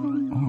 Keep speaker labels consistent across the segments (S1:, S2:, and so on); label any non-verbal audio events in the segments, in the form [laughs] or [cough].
S1: Oh,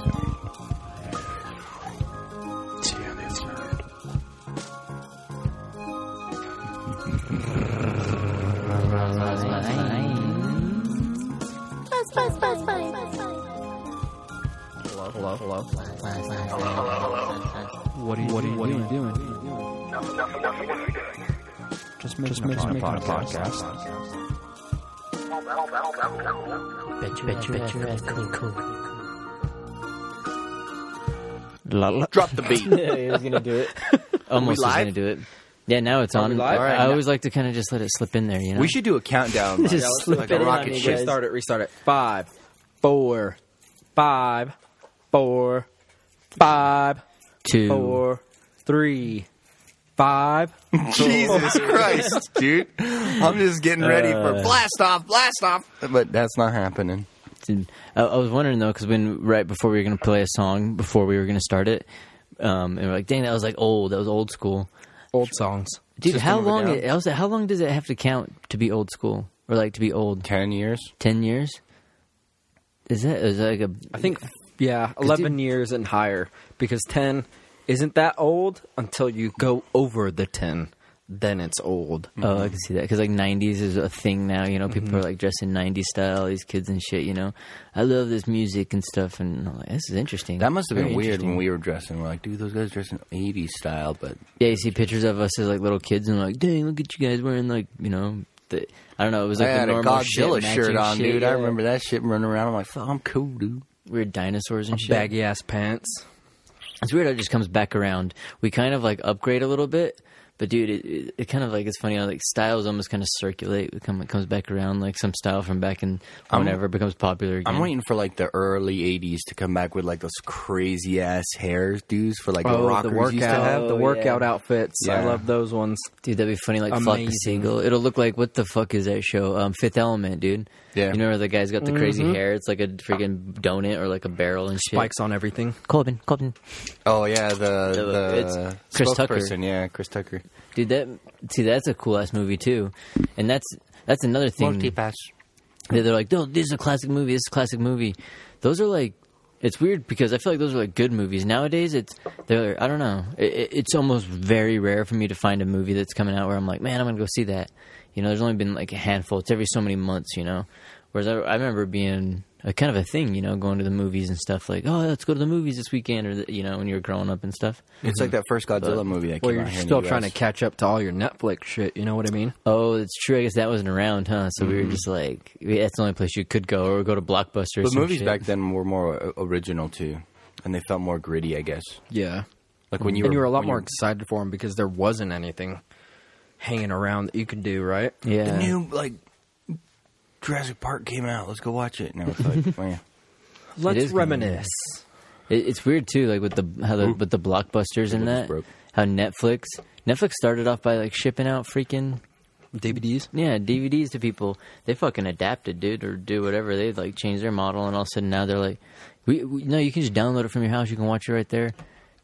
S2: I mean stay on the inside.
S3: Buzz, buzz, buzz, buzz, buzz, buzz.
S4: What are you, what are you, what doing? Are you doing? Just make just making a podcast.
S5: Drop the beat.
S6: Yeah, he was gonna do it.
S7: Almost
S5: we
S7: was
S5: live?
S7: gonna do it. Yeah, now it's on.
S6: live?
S7: I always like to kind of just let it slip in there, you know.
S5: we should do a
S6: [laughs]
S5: countdown. like,
S7: Just slip
S5: like
S7: it
S5: a
S7: in on
S5: rocket
S7: you
S5: ship.
S7: guys.
S6: Restart it. Restart it. Five, four, five, four, five,
S7: two.
S6: four, three, five.
S5: Jesus Christ, dude! I'm just getting ready for blast off, blast off. But that's not happening.
S7: And I, I was wondering though, because when right before we were gonna play a song, before we were gonna start it, um, and we're like, dang, that was like old. That was old school,
S6: Old songs.
S7: dude.
S5: System
S7: how
S5: of a
S7: long?
S5: Down.
S7: It, I was like, how long does it have to count to be old school or like to be old?
S5: Ten years.
S7: Ten years? Is that is that like a?
S6: I think. Yeah, eleven years and higher because ten isn't that old until you go over the ten. Then it's old.
S7: Oh, I can see that because like '90s is a thing now. You know,
S5: Mm-hmm.
S7: people are like dressed in '90s style. These kids and shit. You know, I love this music and stuff, and I'm like, this is interesting.
S5: That must have been
S7: Very
S5: weird when
S7: interesting.
S5: we were dressing. We're like, dude, those guys dress in '80s style, but
S7: Yeah, you see pictures of us as like little kids, and like, dang, look at you guys wearing like, you know, the, I don't know. It was like
S5: I had
S7: the
S5: a
S7: normal shit,
S5: Godzilla
S7: matching
S5: shirt on,
S7: shit,
S5: dude. I
S7: yeah.
S5: remember that shit running around. I'm like, fuck, I'm cool, dude.
S7: weird dinosaurs and shit.
S6: Baggy ass pants.
S7: It's weird how it just comes back around. We kind of like upgrade a little bit, but dude, it, it, it kind of like it's funny how like styles almost kind of circulate. It, come, it comes back around like some style from back in whenever becomes popular again.
S5: I'm waiting for like the early '80s to come back with like those crazy ass hairs, dudes, for like the rockers
S6: Oh, the
S5: used to have.
S6: workout, the
S7: Oh,
S6: workout
S7: yeah.
S6: outfits. I
S5: Yeah.
S6: love those ones.
S7: Dude, that'd be funny. Like fuck the
S6: Amazing.
S7: Seagull. It'll look like what the fuck is that show? Um, Fifth Element, dude.
S5: Yeah.
S7: You remember the guy's got the crazy hair? It's like a freaking donut or like a barrel and shit.
S6: Bikes on everything.
S7: Corbin, Corbin.
S5: Oh yeah, the the,
S7: it's Chris Tucker.
S5: spokesperson, Yeah, Chris Tucker.
S7: Dude, that see, that's a cool ass movie too, and that's that's another thing. that they're like, no, this is a classic movie. This is a classic movie. Those are like, it's weird because I feel like those are like good movies nowadays. It's they're I don't know. It, it- it's almost very rare for me to find a movie that's coming out where I'm like, man, I'm gonna go see that. You know, there's only been like a handful. It's every so many months, you know. Whereas I, I remember being a kind of a thing, you know, going to the movies and stuff. Like, oh, let's go to the movies this weekend, or the, you know, when you were growing up and stuff.
S5: It's like that first Godzilla movie that
S6: Mm-hmm. Well,
S5: came
S6: you're
S5: out here in
S6: still
S5: the
S6: trying to
S5: US.
S6: catch up to all your Netflix shit. You know what I mean?
S7: Oh, that's true. I guess that wasn't around, huh? So we were
S5: Mm-hmm.
S7: just like, yeah, that's the only place you could go, or go to Blockbuster. or
S5: But
S7: some
S5: movies
S7: shit.
S5: back then were more uh, original too, and they felt more gritty, I guess.
S6: Yeah.
S5: Like when you
S6: Mm-hmm. and
S5: were
S6: you were a lot
S5: when
S6: more
S5: you-
S6: excited for them because there wasn't anything hanging around that you could do, right?
S7: Yeah.
S5: the new like Jurassic Park came out. Let's go watch it. Now it's
S6: [laughs]
S5: like, oh, man.
S7: It
S6: Let's
S7: is kinda
S6: reminisce.
S7: It, it's weird too, like with the how the with the blockbusters and
S5: Table just
S7: that.
S5: broke.
S7: How Netflix Netflix started off by like shipping out freaking
S6: DVDs.
S7: yeah DVDs to people. They fucking adapted, dude, or do whatever. They like change their model, and all of a sudden now they're like, we, we no, you can just download it from your house. You can watch it right there.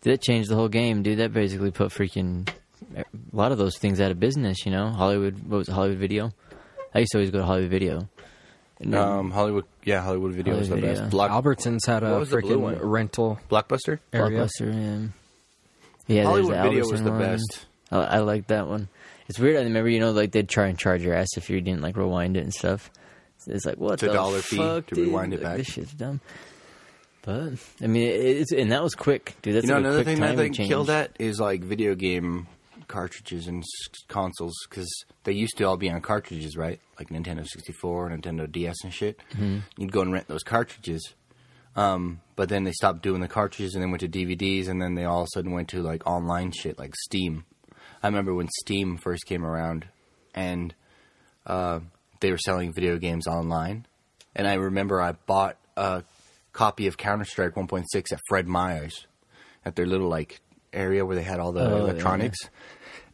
S7: Dude, That changed the whole game, dude. That basically put freaking eh, a lot of those things out of business. You know, Hollywood. What was it, Hollywood Video? I used to always go to Hollywood Video. And,
S5: Um, Hollywood, yeah, Hollywood Video was the
S7: Hollywood
S5: best.
S7: Video.
S5: Block,
S6: Albertsons had
S5: What
S6: a
S5: was the blue
S6: freaking
S5: one?
S6: rental
S5: Blockbuster.
S6: area.
S7: Blockbuster, yeah. Yeah,
S5: Hollywood
S7: there's
S5: Video was
S7: Albertson
S5: the
S7: one.
S5: best.
S7: I, I like that one. It's weird. I remember, you know, like they'd try and charge your ass if you didn't like rewind it and stuff. It's, it's like what
S5: It's a
S7: the
S5: dollar fee
S7: fuck,
S5: to
S7: dude?
S5: rewind it
S7: Like,
S5: back.
S7: This shit's dumb. But I mean, it, it's and that was quick, dude. That's
S5: You know,
S7: like a
S5: another
S7: quick
S5: thing that I
S7: time
S5: think
S7: change.
S5: killed that is like video game cartridges and s- consoles because they used to all be on cartridges, right? Like Nintendo 64, Nintendo DS, and shit.
S7: Mm-hmm.
S5: You'd go and rent those cartridges. Um, but then they stopped doing the cartridges and then went to DVDs, and then they all of a sudden went to like online shit, like Steam. I remember when Steam first came around and uh, they were selling video games online. And I remember I bought a copy of Counter Strike 1.6 at Fred Meyer's at their little like area where they had all the
S7: Oh,
S5: electronics.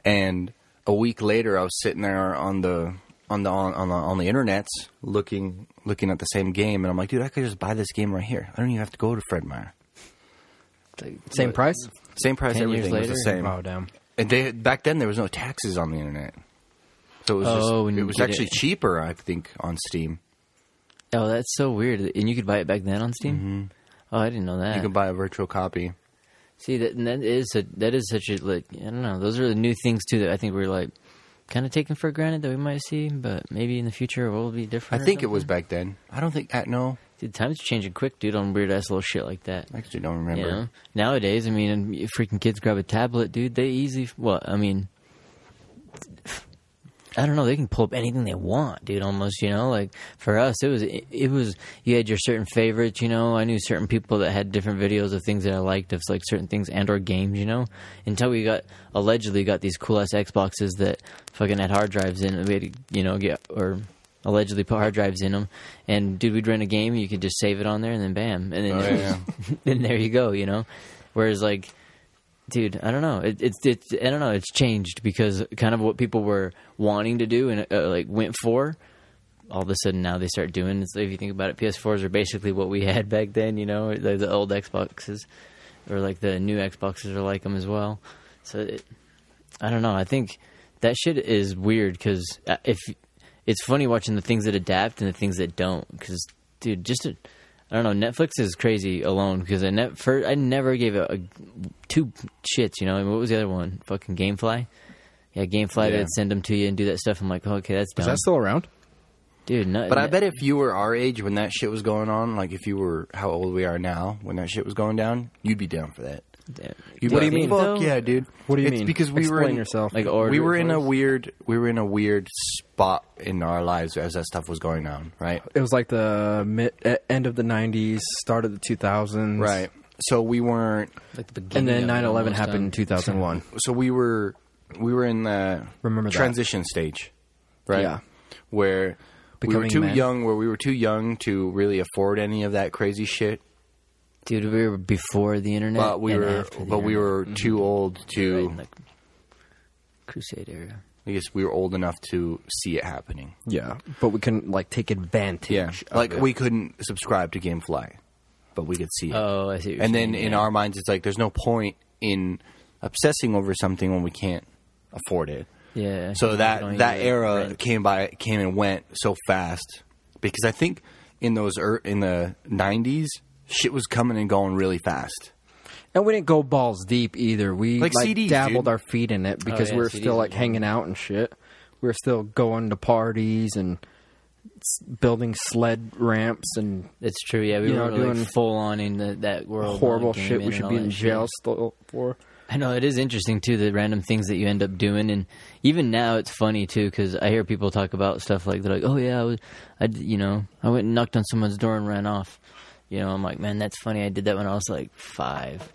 S5: And a week later, I was sitting there on the on the on, on the on the internets looking looking at the same game, and I'm like, dude, I could just buy this game right here. I don't even have to go to Fred Meyer.
S6: Same price?
S5: Same price,
S7: 10 years
S5: everything was the
S7: later?
S5: same.
S6: Oh, damn.
S5: And they, back then, there was no taxes on the internet, so it was
S7: Oh,
S5: just,
S7: and
S5: it
S7: you
S5: was
S7: did
S5: actually
S7: it-
S5: cheaper, I think, on Steam.
S7: Oh, that's so weird. And you could buy it back then on Steam. Oh, I didn't know that.
S5: Mm-hmm. You could buy a virtual copy.
S7: See that and that is a, that is such a like I don't know. Those are the new things too that I think we're like kind of taken for granted that we might see, but maybe in the future it will be
S5: I
S7: different. or
S5: think it was
S7: something.
S5: back then. I don't think I no,
S7: Dude, times are changing quick, dude. On weird ass little shit like that.
S5: I actually don't
S7: You
S5: remember.
S7: know? Nowadays, I mean, and you freaking kids grab a tablet, dude. They easy. Well, I mean, I don't know. They can pull up anything they want, dude. Almost, you know. Like for us, it was it, was you had your certain favorites. You know, I knew certain people that had different videos of things that I liked of like certain things and or games. You know, until we got allegedly got these cool ass Xboxes that fucking had hard drives in. And we had to, you know, get or. Allegedly put hard drives in them, and dude, we'd run a game. You could just save it on there, and then bam, and then
S5: Oh,
S7: it
S5: yeah.
S7: was- [laughs] then there you go, you know. Whereas like, dude, I don't know. It, it's it's I don't know. It's changed because kind of what people were wanting to do and uh, like went for. All of a sudden now they start doing. It's, if you think about it, PS4s are basically what we [laughs] had back then. You know, the, the old Xboxes or like the new Xboxes are like them as well. So it, I don't know. I think that shit is weird because if it's funny watching the things that adapt and the things that don't. Because dude, just I I don't know. Netflix is crazy alone because I never I never gave a, a two shits. You know, and what was the other one? Fucking GameFly. Yeah, GameFly.
S5: Yeah.
S7: They'd send them to you and do that stuff. I'm like, oh, okay, that's
S6: Is
S7: dumb,
S6: that still around?
S7: dude. No,
S5: But I bet if you were our age when that shit was going on, like if you were how old we are now when that shit was going down, you'd be down for that. You'd be
S7: What do
S5: like,
S7: you mean?
S5: Fuck
S7: Though-
S5: yeah, dude.
S6: What do you
S5: it's
S6: mean?
S5: Because we were
S6: Explain
S5: in,
S6: yourself.
S7: Like order
S5: we were in a
S7: was.
S5: weird we were in a weird spot in our lives as that stuff was going on, right?
S6: It was like the mid, e- end of the 90s, start of the 2000s.
S5: So we weren't.
S7: Like the
S6: And
S7: beginning of
S6: then
S7: it
S6: 9 11
S7: almost,
S6: happened
S7: um,
S6: in 2001.
S5: So we were we were in the
S6: Remember that.
S5: transition stage, right?
S6: Yeah.
S5: Where we
S6: Becoming
S5: were
S6: a
S5: too
S6: man.
S5: young. Where we were too young to really afford any of that crazy shit.
S7: Dude, we were before the internet.
S5: But we
S7: and
S5: were
S7: after the
S5: but we
S7: internet.
S5: were too old to.
S7: Right in the crusade area.
S5: I guess we were old enough to see it happening.
S6: Yeah. But we couldn't like take advantage. of
S5: Like
S6: it.
S5: we couldn't subscribe to GameFly, but we could see it.
S7: Oh, I see. What you're
S5: and then
S7: saying,
S5: in
S7: yeah.
S5: our minds, it's like there's no point in obsessing over something when we can't afford it.
S7: yeah,
S5: So
S7: we don't
S5: that that
S7: even
S5: era
S7: rent.
S5: came by, came and went so fast because I think in those er, in the '90s, shit was coming and going really fast.
S6: And we didn't go balls deep either. We
S5: Like
S6: like,
S5: CDs,
S6: dabbled
S5: dude.
S6: our feet in it because
S7: yeah,
S6: we were
S7: CDs
S6: still like
S7: as well.
S6: hanging out and shit. We were still going to parties and s- building sled ramps and
S7: It's true. Yeah, we
S6: you
S7: were
S6: know, doing
S7: like full on in the, that world.
S6: horrible
S7: like, Oh, game
S6: shit
S7: and
S6: we should
S7: all
S6: be
S7: that
S6: in
S7: shit.
S6: jail still for.
S7: I know it is interesting too the random things that you end up doing, and even now it's funny too because I hear people talk about stuff like they're like, "Oh yeah, I, was, I d- you know I went and knocked on someone's door and ran off." You know, I'm like, man, that's funny. I did that when I was like five.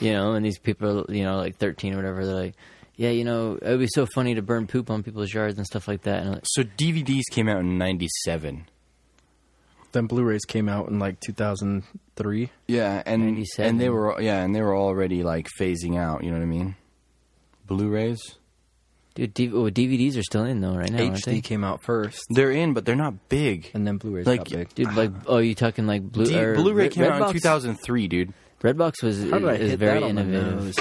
S7: You know, and these people, are, you know, like 13 or whatever, they're like, "Yeah, you know, it would be so funny to burn poop on people's yards and stuff like that." And I'm like,
S5: So DVDs came out in '97.
S6: Then Blu-rays came out in like 2003.
S5: Yeah, and
S7: 97.
S5: and they were yeah, and they were already like phasing out. You know what I mean? Blu-rays.
S7: dude, D- oh, DVDs are still in though right now, aren't they?
S6: HD came out first,
S5: They're in, but they're not big.
S6: and then Blu-rays
S5: Like,
S6: got big.
S7: Dude, like, oh, you talking like blue?
S5: D-
S7: or
S5: Blu-ray
S7: Red-
S5: came out in
S7: Redbox?
S5: 2003, dude.
S7: Redbox was
S6: How did I
S7: is
S6: hit
S7: very
S6: that on the
S7: innovative.
S6: nose?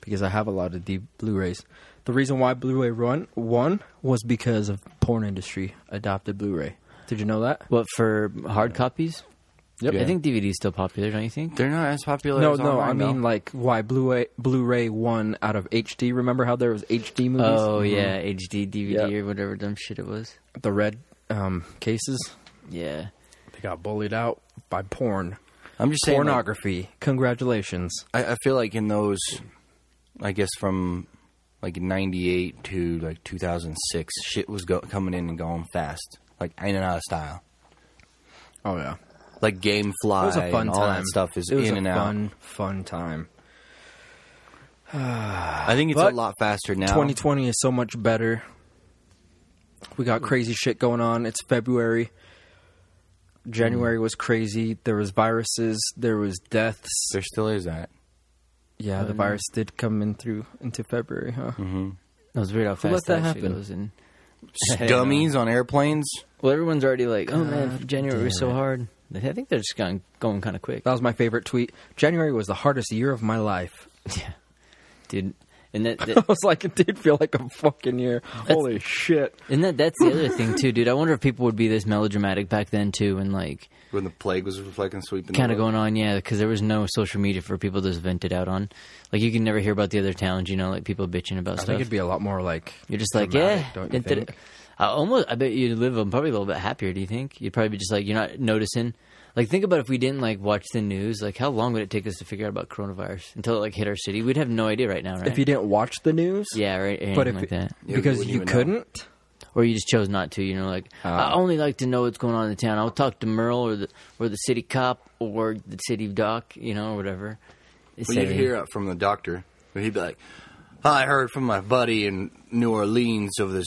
S6: Because I have a lot of deep Blu-rays. The reason why Blu-ray run one was because of porn industry adopted Blu-ray. Did you know that?
S7: What for hard copies?
S6: Yep.
S7: I think DVD's still popular, don't you think?
S5: They're not as popular.
S6: No,
S5: as
S6: no, I
S5: online,
S6: mean
S5: though.
S6: like why Blu-ray Blu-ray won out of HD. Remember how there was HD movies?
S7: Oh yeah, HD DVD
S6: Yeah.
S7: or whatever dumb shit it was.
S6: the red um, cases.
S7: Yeah,
S6: They got bullied out by porn,
S5: I'm just saying. like,
S6: pornography. Congratulations.
S5: I, I feel like in those, I guess from like '98 to like 2006, shit was go- coming in and going fast, like in and out of style.
S6: Oh yeah,
S5: Like GameFly,
S6: it was a fun
S5: and
S6: time.
S5: all that stuff is
S6: it was
S5: in
S6: a
S5: and
S6: fun,
S5: out.
S6: fun time.
S5: I think it's a
S6: But
S5: lot faster now.
S6: 2020 is so much better. We got crazy shit going on. It's February. January was crazy. There was viruses. There was deaths.
S5: there still is [laughs] that.
S6: Yeah, the virus did come in through into February, huh?
S7: that was weird how fast
S6: let that
S7: shit
S6: happen?
S7: goes. And
S5: dummies on airplanes.
S7: Well, everyone's already like, oh man, January was so
S6: damn it.
S7: hard. Oh. I think they're just going going kind of quick, [laughs]
S6: That was my favorite tweet. January was the hardest year of my life. [laughs]
S7: dude. And that,
S6: I
S7: [laughs] that
S6: was like, it did feel like a fucking year. Holy shit.
S7: and that that's the other thing too, dude. I wonder if people would be this melodramatic back then too, and like
S5: When the plague was fucking sweeping, the
S7: kind of
S5: world.
S7: going on, yeah, because there was no social media for people to just vent it out on. Like you can never hear about the other towns, you know, like people bitching about
S6: I
S7: stuff.
S6: think it'd be a lot more like
S7: You're just like,
S6: dramatic,
S7: yeah.
S6: Don't you
S7: it did-
S6: think?
S7: I almost, I bet you'd live um, probably a little bit happier. Do you think you'd probably be just like you're not noticing? Like, think about if we didn't like watch the news. Like, how long would it take us to figure out about coronavirus until it like hit our city? We'd have no idea right now, right?
S6: If you didn't watch the news,
S7: yeah, right, or
S6: but if
S7: anything like that,
S5: Yeah,
S6: because
S5: we wouldn't
S6: you
S5: even know.
S6: couldn't,
S7: or you just chose not to. You know, like
S6: Uh.
S7: I only like to know what's going on in the town. I'll talk to Merle or the or the city cop or the city doc, you know, or whatever. They
S5: Well, you'd
S7: say-
S5: hear it from the doctor. and He'd be like, I heard from my buddy in New Orleans of this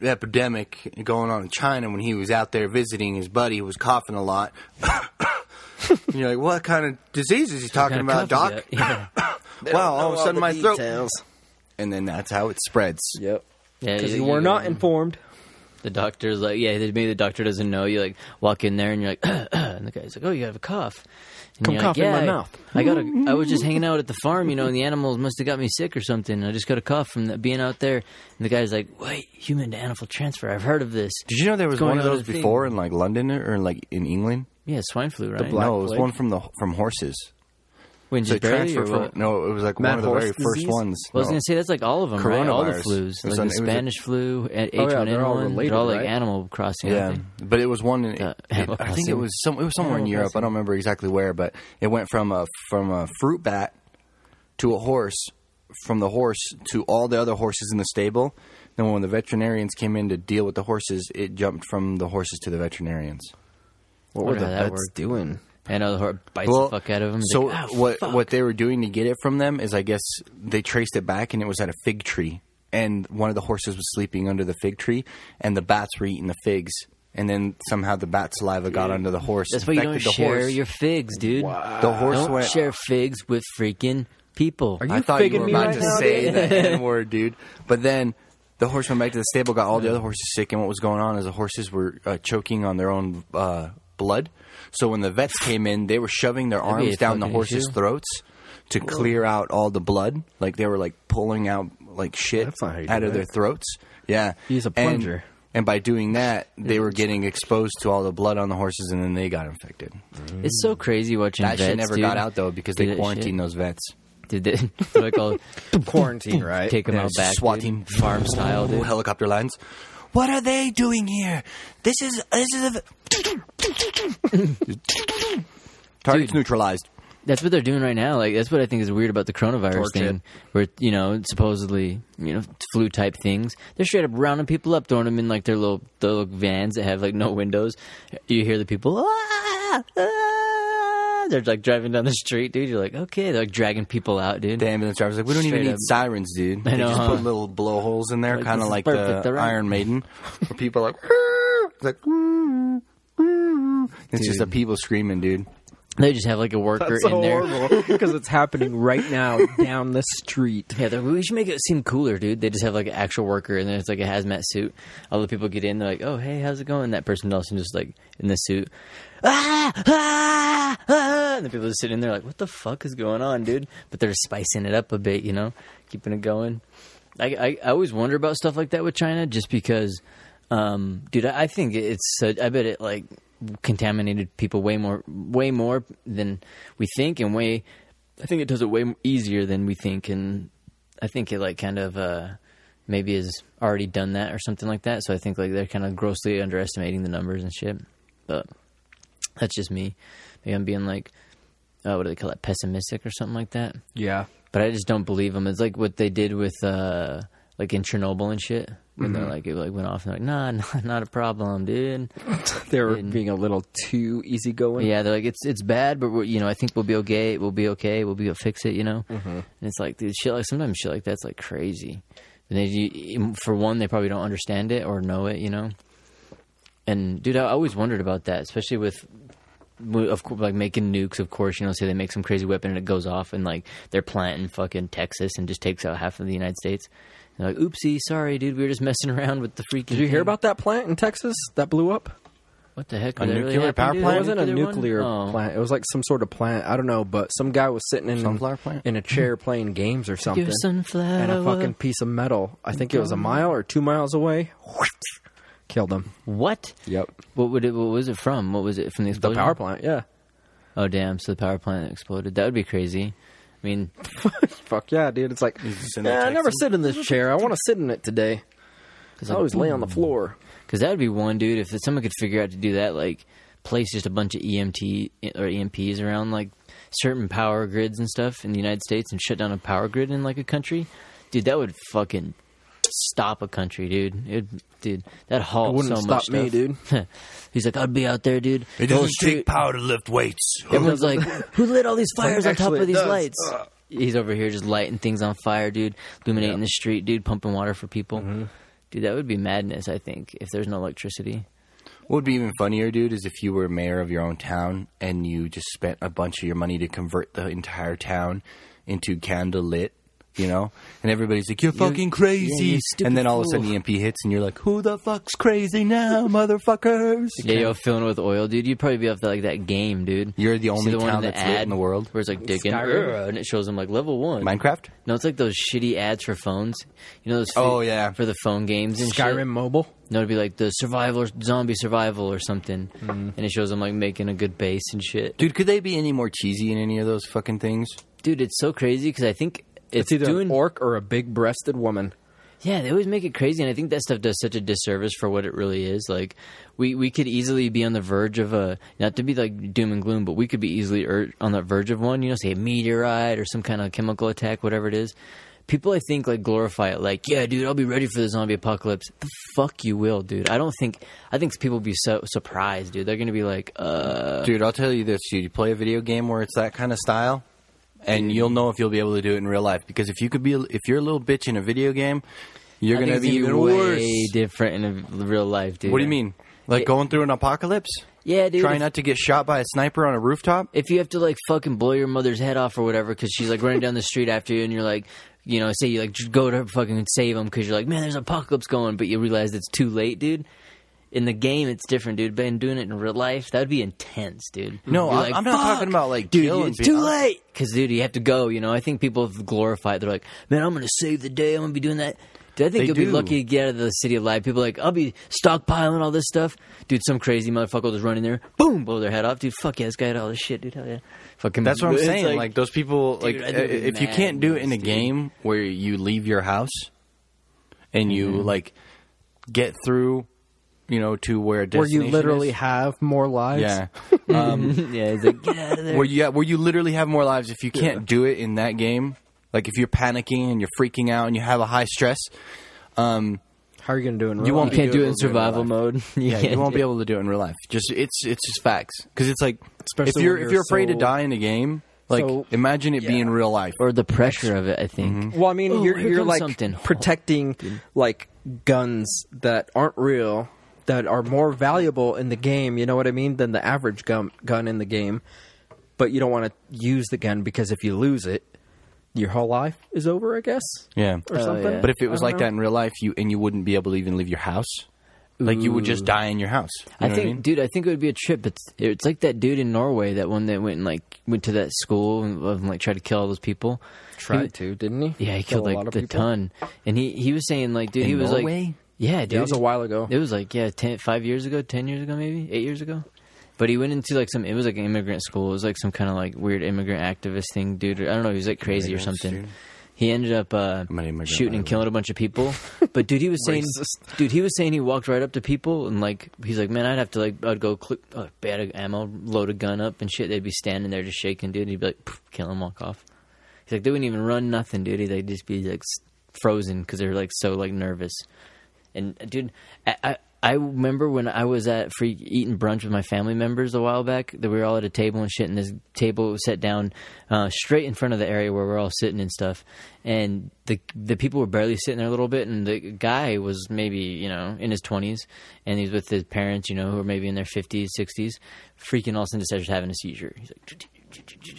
S5: epidemic going on in China when he was out there visiting his buddy who was coughing a lot. [laughs] and you're like, what kind of disease is he talking
S7: Kinda
S5: about,
S7: tough,
S5: Doc? [laughs]
S7: Yeah,
S5: Wow, all of a sudden my throat. And then that's how it spreads.
S6: Yep.
S7: Yeah,
S6: Because you were not informed.
S7: The doctor's like, yeah, maybe the doctor doesn't know. You like walk in there and you're like, [clears throat] and the guy's like, oh, you have a cough. And
S6: Come
S7: you're
S6: cough in my
S7: I-
S6: mouth.
S7: I got a, I was just hanging out at the farm, you know, and the animals must have got me sick or something. I just got a cough from the, being out there. And the guy's like, wait, human to animal transfer. I've heard of this.
S5: Did you know there was
S7: going
S5: one of
S7: on
S5: those
S7: in the
S5: before in like London or like in England?
S7: Yeah, swine flu, right?
S5: no, it was one from the from horses.
S7: when just
S5: They
S7: barely or
S5: transferred from-
S7: what?
S5: no, it was like
S6: Mad
S5: one of the
S6: horse
S5: very first
S6: disease?
S5: ones.
S7: Well, I was
S5: No.
S7: gonna say that's like all of them, right? All the
S5: Coronavirus.
S7: flus,
S5: It was
S7: like
S5: an-
S7: the
S5: it was a-
S7: Spanish flu, H
S6: Oh, yeah,
S7: one N
S6: they're all
S7: one. They're
S6: related,
S7: all like
S6: right?
S7: animal crossing. I
S5: Yeah,
S7: think.
S5: but it was one. In,
S7: The
S5: it-
S7: animal
S5: I think it
S7: crossing.
S5: was some. It was somewhere in
S7: Animal
S5: Europe. I don't remember exactly where, but it went from a from a fruit bat to a horse, from the horse to all the other horses in the stable. Then when the veterinarians came in to deal with the horses, it jumped from the horses to the veterinarians.
S6: What were
S7: Wonder how
S6: the
S7: that
S6: vets
S7: worked. [laughs]
S6: doing?
S7: And the horse bites the fuck out of them.
S5: So what what they were doing to get it from them is, I guess, they traced it back, and it was at a fig tree, and one of the horses was sleeping under the fig tree, and the bats were eating the figs. And then somehow the bat saliva got under the horse.
S7: That's why you don't
S5: infected the
S7: share
S5: horse.
S7: your figs, dude.
S5: The horse
S7: Don't
S5: went.
S7: share figs with freaking people.
S6: Are
S5: I thought you
S6: figging
S5: were
S6: me
S5: about
S6: right
S5: to
S6: now,
S5: say
S6: dude?
S5: the
S6: [laughs]
S5: N word, dude. But then the horse went back to the stable, got all the other horses sick, and what was going on is the horses were uh, choking on their own uh, blood. So when the vets came in, they were shoving their
S7: That'd be
S5: arms
S7: a
S5: down the
S7: fucking
S5: horses'
S7: issue.
S5: throats to clear out all the blood. Like they were like pulling out like shit
S6: That's not how you do
S5: out of
S6: that.
S5: their throats. Yeah,
S6: Use a
S5: And-
S6: plunger.
S5: And by doing that, they were getting exposed to all the blood on the horses, and then they got infected.
S7: It's so crazy watching
S5: That
S7: vets.
S5: shit never
S7: dude.
S5: got out though because
S7: Do
S5: they
S7: that
S5: quarantined those vets.
S7: shit. Did they? [laughs] they're like
S5: [laughs]
S7: all
S6: Quarantine, right?
S7: take them
S5: Yeah,
S7: out
S5: it's
S7: back.
S5: SWAT
S7: dude.
S5: team.
S7: farm style,
S5: Ooh,
S7: dude.
S5: helicopter lines. What are they doing here? This is this [laughs] is a target's neutralized.
S7: That's what they're doing right now. Like that's what I think is weird about the coronavirus
S6: Torch
S7: thing,
S6: it.
S7: where you know supposedly you know flu type things. They're straight up rounding people up, throwing them in like their little their little vans that have like no windows. You hear the people. "Ah, ah." They're like driving down the street, dude. You're like, okay, they're like dragging people out, dude.
S5: The ambulance driver's like, we don't
S7: Straight
S5: even need
S7: up.
S5: sirens, dude.
S7: I
S5: They
S7: know,
S5: just
S7: huh?
S5: put little blowholes in there,
S7: Like,
S5: kind
S7: this
S5: of
S7: is
S5: like
S7: perfect,
S5: the
S7: they're right.
S5: Iron
S7: [laughs]
S5: Maiden, where people are like, it's like. It's just the people screaming, dude.
S7: They just have like a worker
S6: That's
S7: in
S6: so
S7: there.
S6: horrible
S7: [laughs]
S6: because it's happening right now down the street.
S7: Yeah, they're- we should make it seem cooler, dude. They just have like an actual worker, and then it's like a hazmat suit. All the people get in, they're like, "Oh, hey, how's it going?" That person also just like in the suit, ah, ah, ah, and the people just sitting there like, "What the fuck is going on, dude?" But they're spicing it up a bit, you know, keeping it going. I, I, I always wonder about stuff like that with China, just because, um, dude. I, I think it's such, I bet it like contaminated people way more, way more than we think, and way. I think it does it way m- easier than we think, and I think it like kind of uh, maybe has already done that or something like that. So I think like they're kind of grossly underestimating the numbers and shit. But that's just me. Maybe I'm being like, uh, what do they call it, pessimistic or something like that
S6: Yeah.
S7: but I just don't believe them. It's like what they did with uh like in Chernobyl and shit. When they're like it like went off and they're like, nah, [laughs] nah, not a problem, dude.
S6: They were being a little too easygoing.
S7: yeah, they're like it's it's bad, but we're, you know I think we'll be okay. We'll be okay. We'll be able to fix it. You know,
S6: Mm-hmm.
S7: and it's like dude, shit. Like sometimes shit like that's like crazy. And they, you- for one, they probably don't understand it or know it. You know, and dude, I always wondered about that, especially with mo- of course, like making nukes. Of course, you know, say they make some crazy weapon and it goes off, and like their plant in fucking Texas and just takes out half of the United States. And they're like, oopsie, sorry, dude, we were just messing around with the freaking.
S6: Did you hear
S7: thing."
S6: about that plant in Texas that blew up?
S7: what the heck?
S5: A
S7: Did that
S5: nuclear
S7: happen,
S5: power
S7: dude?
S5: plant?
S6: It wasn't a
S7: one?
S6: nuclear
S7: Oh.
S6: plant. It was like some sort of plant. I don't know, but some guy was sitting in
S5: Sunflower plant?
S6: in a chair playing games or something.
S7: Your sunflower.
S6: and a fucking piece of metal. I think it was a mile or two miles away. [laughs] Killed him.
S7: What?
S6: Yep.
S7: What would it? What was it from? What was it from the
S6: The
S7: explosion?
S6: power plant. Yeah.
S7: Oh damn! So the power plant exploded. That would be crazy. I mean,
S6: Fuck yeah, dude. It's like
S5: just in there
S6: yeah, I never
S5: texting.
S6: sit in this chair. I want to sit in it today. Cause I always lay on the floor.
S7: Because that would be one dude if someone could figure out to do that, like place just a bunch of EMT or EMPs around like certain power grids and stuff in the United States and shut down a power grid in like a country, dude, that would fucking stop a country, dude. It, dude, that halt
S6: wouldn't
S7: so
S6: stop
S7: much
S6: me,
S7: stuff. dude. [laughs] He's like, I'd be out there, dude.
S5: It
S7: The whole
S5: doesn't
S7: street-
S5: take power to lift weights.
S7: Everyone's like, who lit all these fires on top
S6: Actually,
S7: of
S6: it
S7: these
S6: does.
S7: lights?
S5: Uh,
S7: He's over here just lighting things on fire, dude. Illuminating the street, dude. Pumping water for people.
S5: Mm-hmm.
S7: Dude, that would be madness, I think, if there's no electricity.
S5: What would be even funnier, dude, is if you were mayor of your own town and you just spent a bunch of your money to convert the entire town into candle lit, you know? And everybody's like, you're fucking crazy.
S7: you
S5: and then
S7: stupid
S5: all of a sudden
S7: fool.
S5: EMP hits and you're like, who the fuck's crazy now, [laughs] motherfuckers?
S7: Yeah, yo, filling with oil, dude. You'd probably be off that, like that game, dude.
S5: You're the
S7: See
S5: only
S7: one
S5: town that's lit in the world?
S7: where it's like digging,
S6: Skyrim.
S7: "Ugh," and it shows them like level one.
S5: Minecraft?
S7: No, it's like those shitty ads for phones. You know those?
S5: Oh, yeah.
S7: for the phone games and shit?
S6: Skyrim Mobile.
S7: No, it'd be like the survival, zombie survival, or something,
S5: Mm-hmm.
S7: and it shows them like making a good base and shit.
S5: Dude, could they be any more cheesy in any of those fucking things?
S7: Dude, it's so crazy because I think it's,
S6: It's either
S7: doing.
S6: an orc or a big-breasted woman.
S7: yeah, they always make it crazy, and I think that stuff does such a disservice for what it really is. Like, we we could easily be on the verge of a not to be like doom and gloom, but we could be easily er- on the verge of one. You know, say a meteorite or some kind of chemical attack, whatever it is. People, I think, like glorify it. Like, yeah, dude, I'll be ready for the zombie apocalypse. The fuck you will, dude. I don't think. I think people will be so surprised, dude. They're gonna be like, uh,
S5: Dude, I'll tell you this, dude. You play a video game where it's that kind of style, and you'll know if you'll be able to do it in real life. Because if you could be, if you're a little bitch in a video game, you're
S7: I
S5: gonna
S7: think
S5: be
S7: it's
S5: even
S7: way
S5: worse.
S7: different in a- real life, dude.
S5: What do you mean? Like
S7: Yeah.
S5: going through an apocalypse?
S7: Yeah, dude.
S5: Trying
S7: if-
S5: not to get shot by a sniper on a rooftop?
S7: if you have to like fucking blow your mother's head off or whatever because she's like running down the street after you and you're like you know say you like j- go to fucking save them because you're like man there's an apocalypse going but you realize it's too late dude in the game it's different dude but in doing it in real life that would be intense dude
S5: No,
S7: You're
S5: I-
S7: like,
S5: I'm not talking
S7: "Fuck!"
S5: about like
S7: dude
S5: killing
S7: it's
S5: people.
S7: too late because dude you have to go you know i think people have glorified they're like man i'm gonna save the day i'm gonna be doing that Dude, I think
S5: They
S7: you'll be
S5: do.
S7: lucky to get out of the city alive. People are like, I'll be stockpiling all this stuff. Dude, some crazy motherfucker will just run in there, boom, blow their head off. Dude, fuck yeah, this guy had all this shit, dude. Hell yeah. Fucking
S5: That's what I'm
S7: it's
S5: saying. Like, those people, like
S7: Dude, I
S5: i-
S7: think it'd be
S5: if you can't do it in a
S7: madness, dude.
S5: game where you leave your house and you like get through, you know, to where a
S6: Where you
S5: destination
S6: literally
S5: is.
S6: have more lives.
S5: yeah. [laughs]
S7: yeah, he's like, get out of there.
S5: Um, where you where you literally have more lives if you can't do it in that game. Like if you're panicking and you're freaking out and you have a high stress, um,
S6: How are you gonna do it? In real
S5: You won't
S6: life?
S5: be
S7: can't do it
S5: able
S7: in
S5: to do it in real
S7: survival
S5: life.
S7: mode. [laughs]
S5: yeah, you won't be able to do it in real life. Just it's it's just facts because it's like
S6: Especially
S5: if you're,
S6: when
S5: if
S6: you're
S5: you're afraid to
S6: so-
S5: die in a game, like
S6: so-
S5: imagine it being real life.
S7: Or the pressure of it, I think.
S5: Mm-hmm.
S6: Well, I mean,
S7: Oh,
S6: you're
S7: here
S6: you're
S7: comes
S6: like
S7: something.
S6: protecting like guns that aren't real, that are more valuable in the game. You know what I mean? Than the average gun gun in the game, but you don't want to use the gun because if you lose it, your whole life is over. I guess
S5: yeah,
S6: or something.
S7: yeah.
S5: but if it was
S6: I don't
S5: like
S6: know.
S5: that in real life, you and you wouldn't be able to even leave your house. Like you would just die in your house. You know
S7: I
S5: what
S7: think,
S5: mean?
S7: dude, I think it would be a trip. It's it's like that dude in Norway, that one that went and like went to that school and, and like tried to kill all those people.
S6: tried to, didn't he?
S7: Yeah, he
S6: Kill
S7: killed like the ton, and he he was saying like, dude, he was like,
S5: Norway?
S7: yeah, dude,
S6: Yeah, it was a while ago.
S7: It was like yeah, ten, five years ago, ten years ago, maybe eight years ago. But he went into like some. It was like an immigrant school. It was like some kind of like weird immigrant activist thing, dude. Or, I don't know. He was like crazy or
S5: Immigrants,
S7: something.
S5: dude.
S7: He ended up uh,
S5: I'm an immigrant,
S7: shooting
S5: by
S7: and
S5: the
S7: killing a bunch of people. But dude, he was saying,
S6: Racist.
S7: dude, he was saying he walked right up to people and like he's like, man, I'd have to like I'd go click, uh, bad a- ammo, load a gun up and shit. They'd be standing there just shaking, dude. And he'd be like, "Pff, kill him, walk off. He's like, they wouldn't even run nothing, dude. They'd just be like s- frozen because they were like so like nervous. And uh, dude, I, I I remember when I was at free eating brunch with my family members a while back that we were all at a table and shit, and this table was set down uh, straight in front of the area where we're all sitting and stuff, and the the people were barely sitting there a little bit, and the guy was maybe you know in his twenties, and he's with his parents, you know, who are maybe in their fifties, sixties, freaking all of a sudden decides having a seizure. He's like.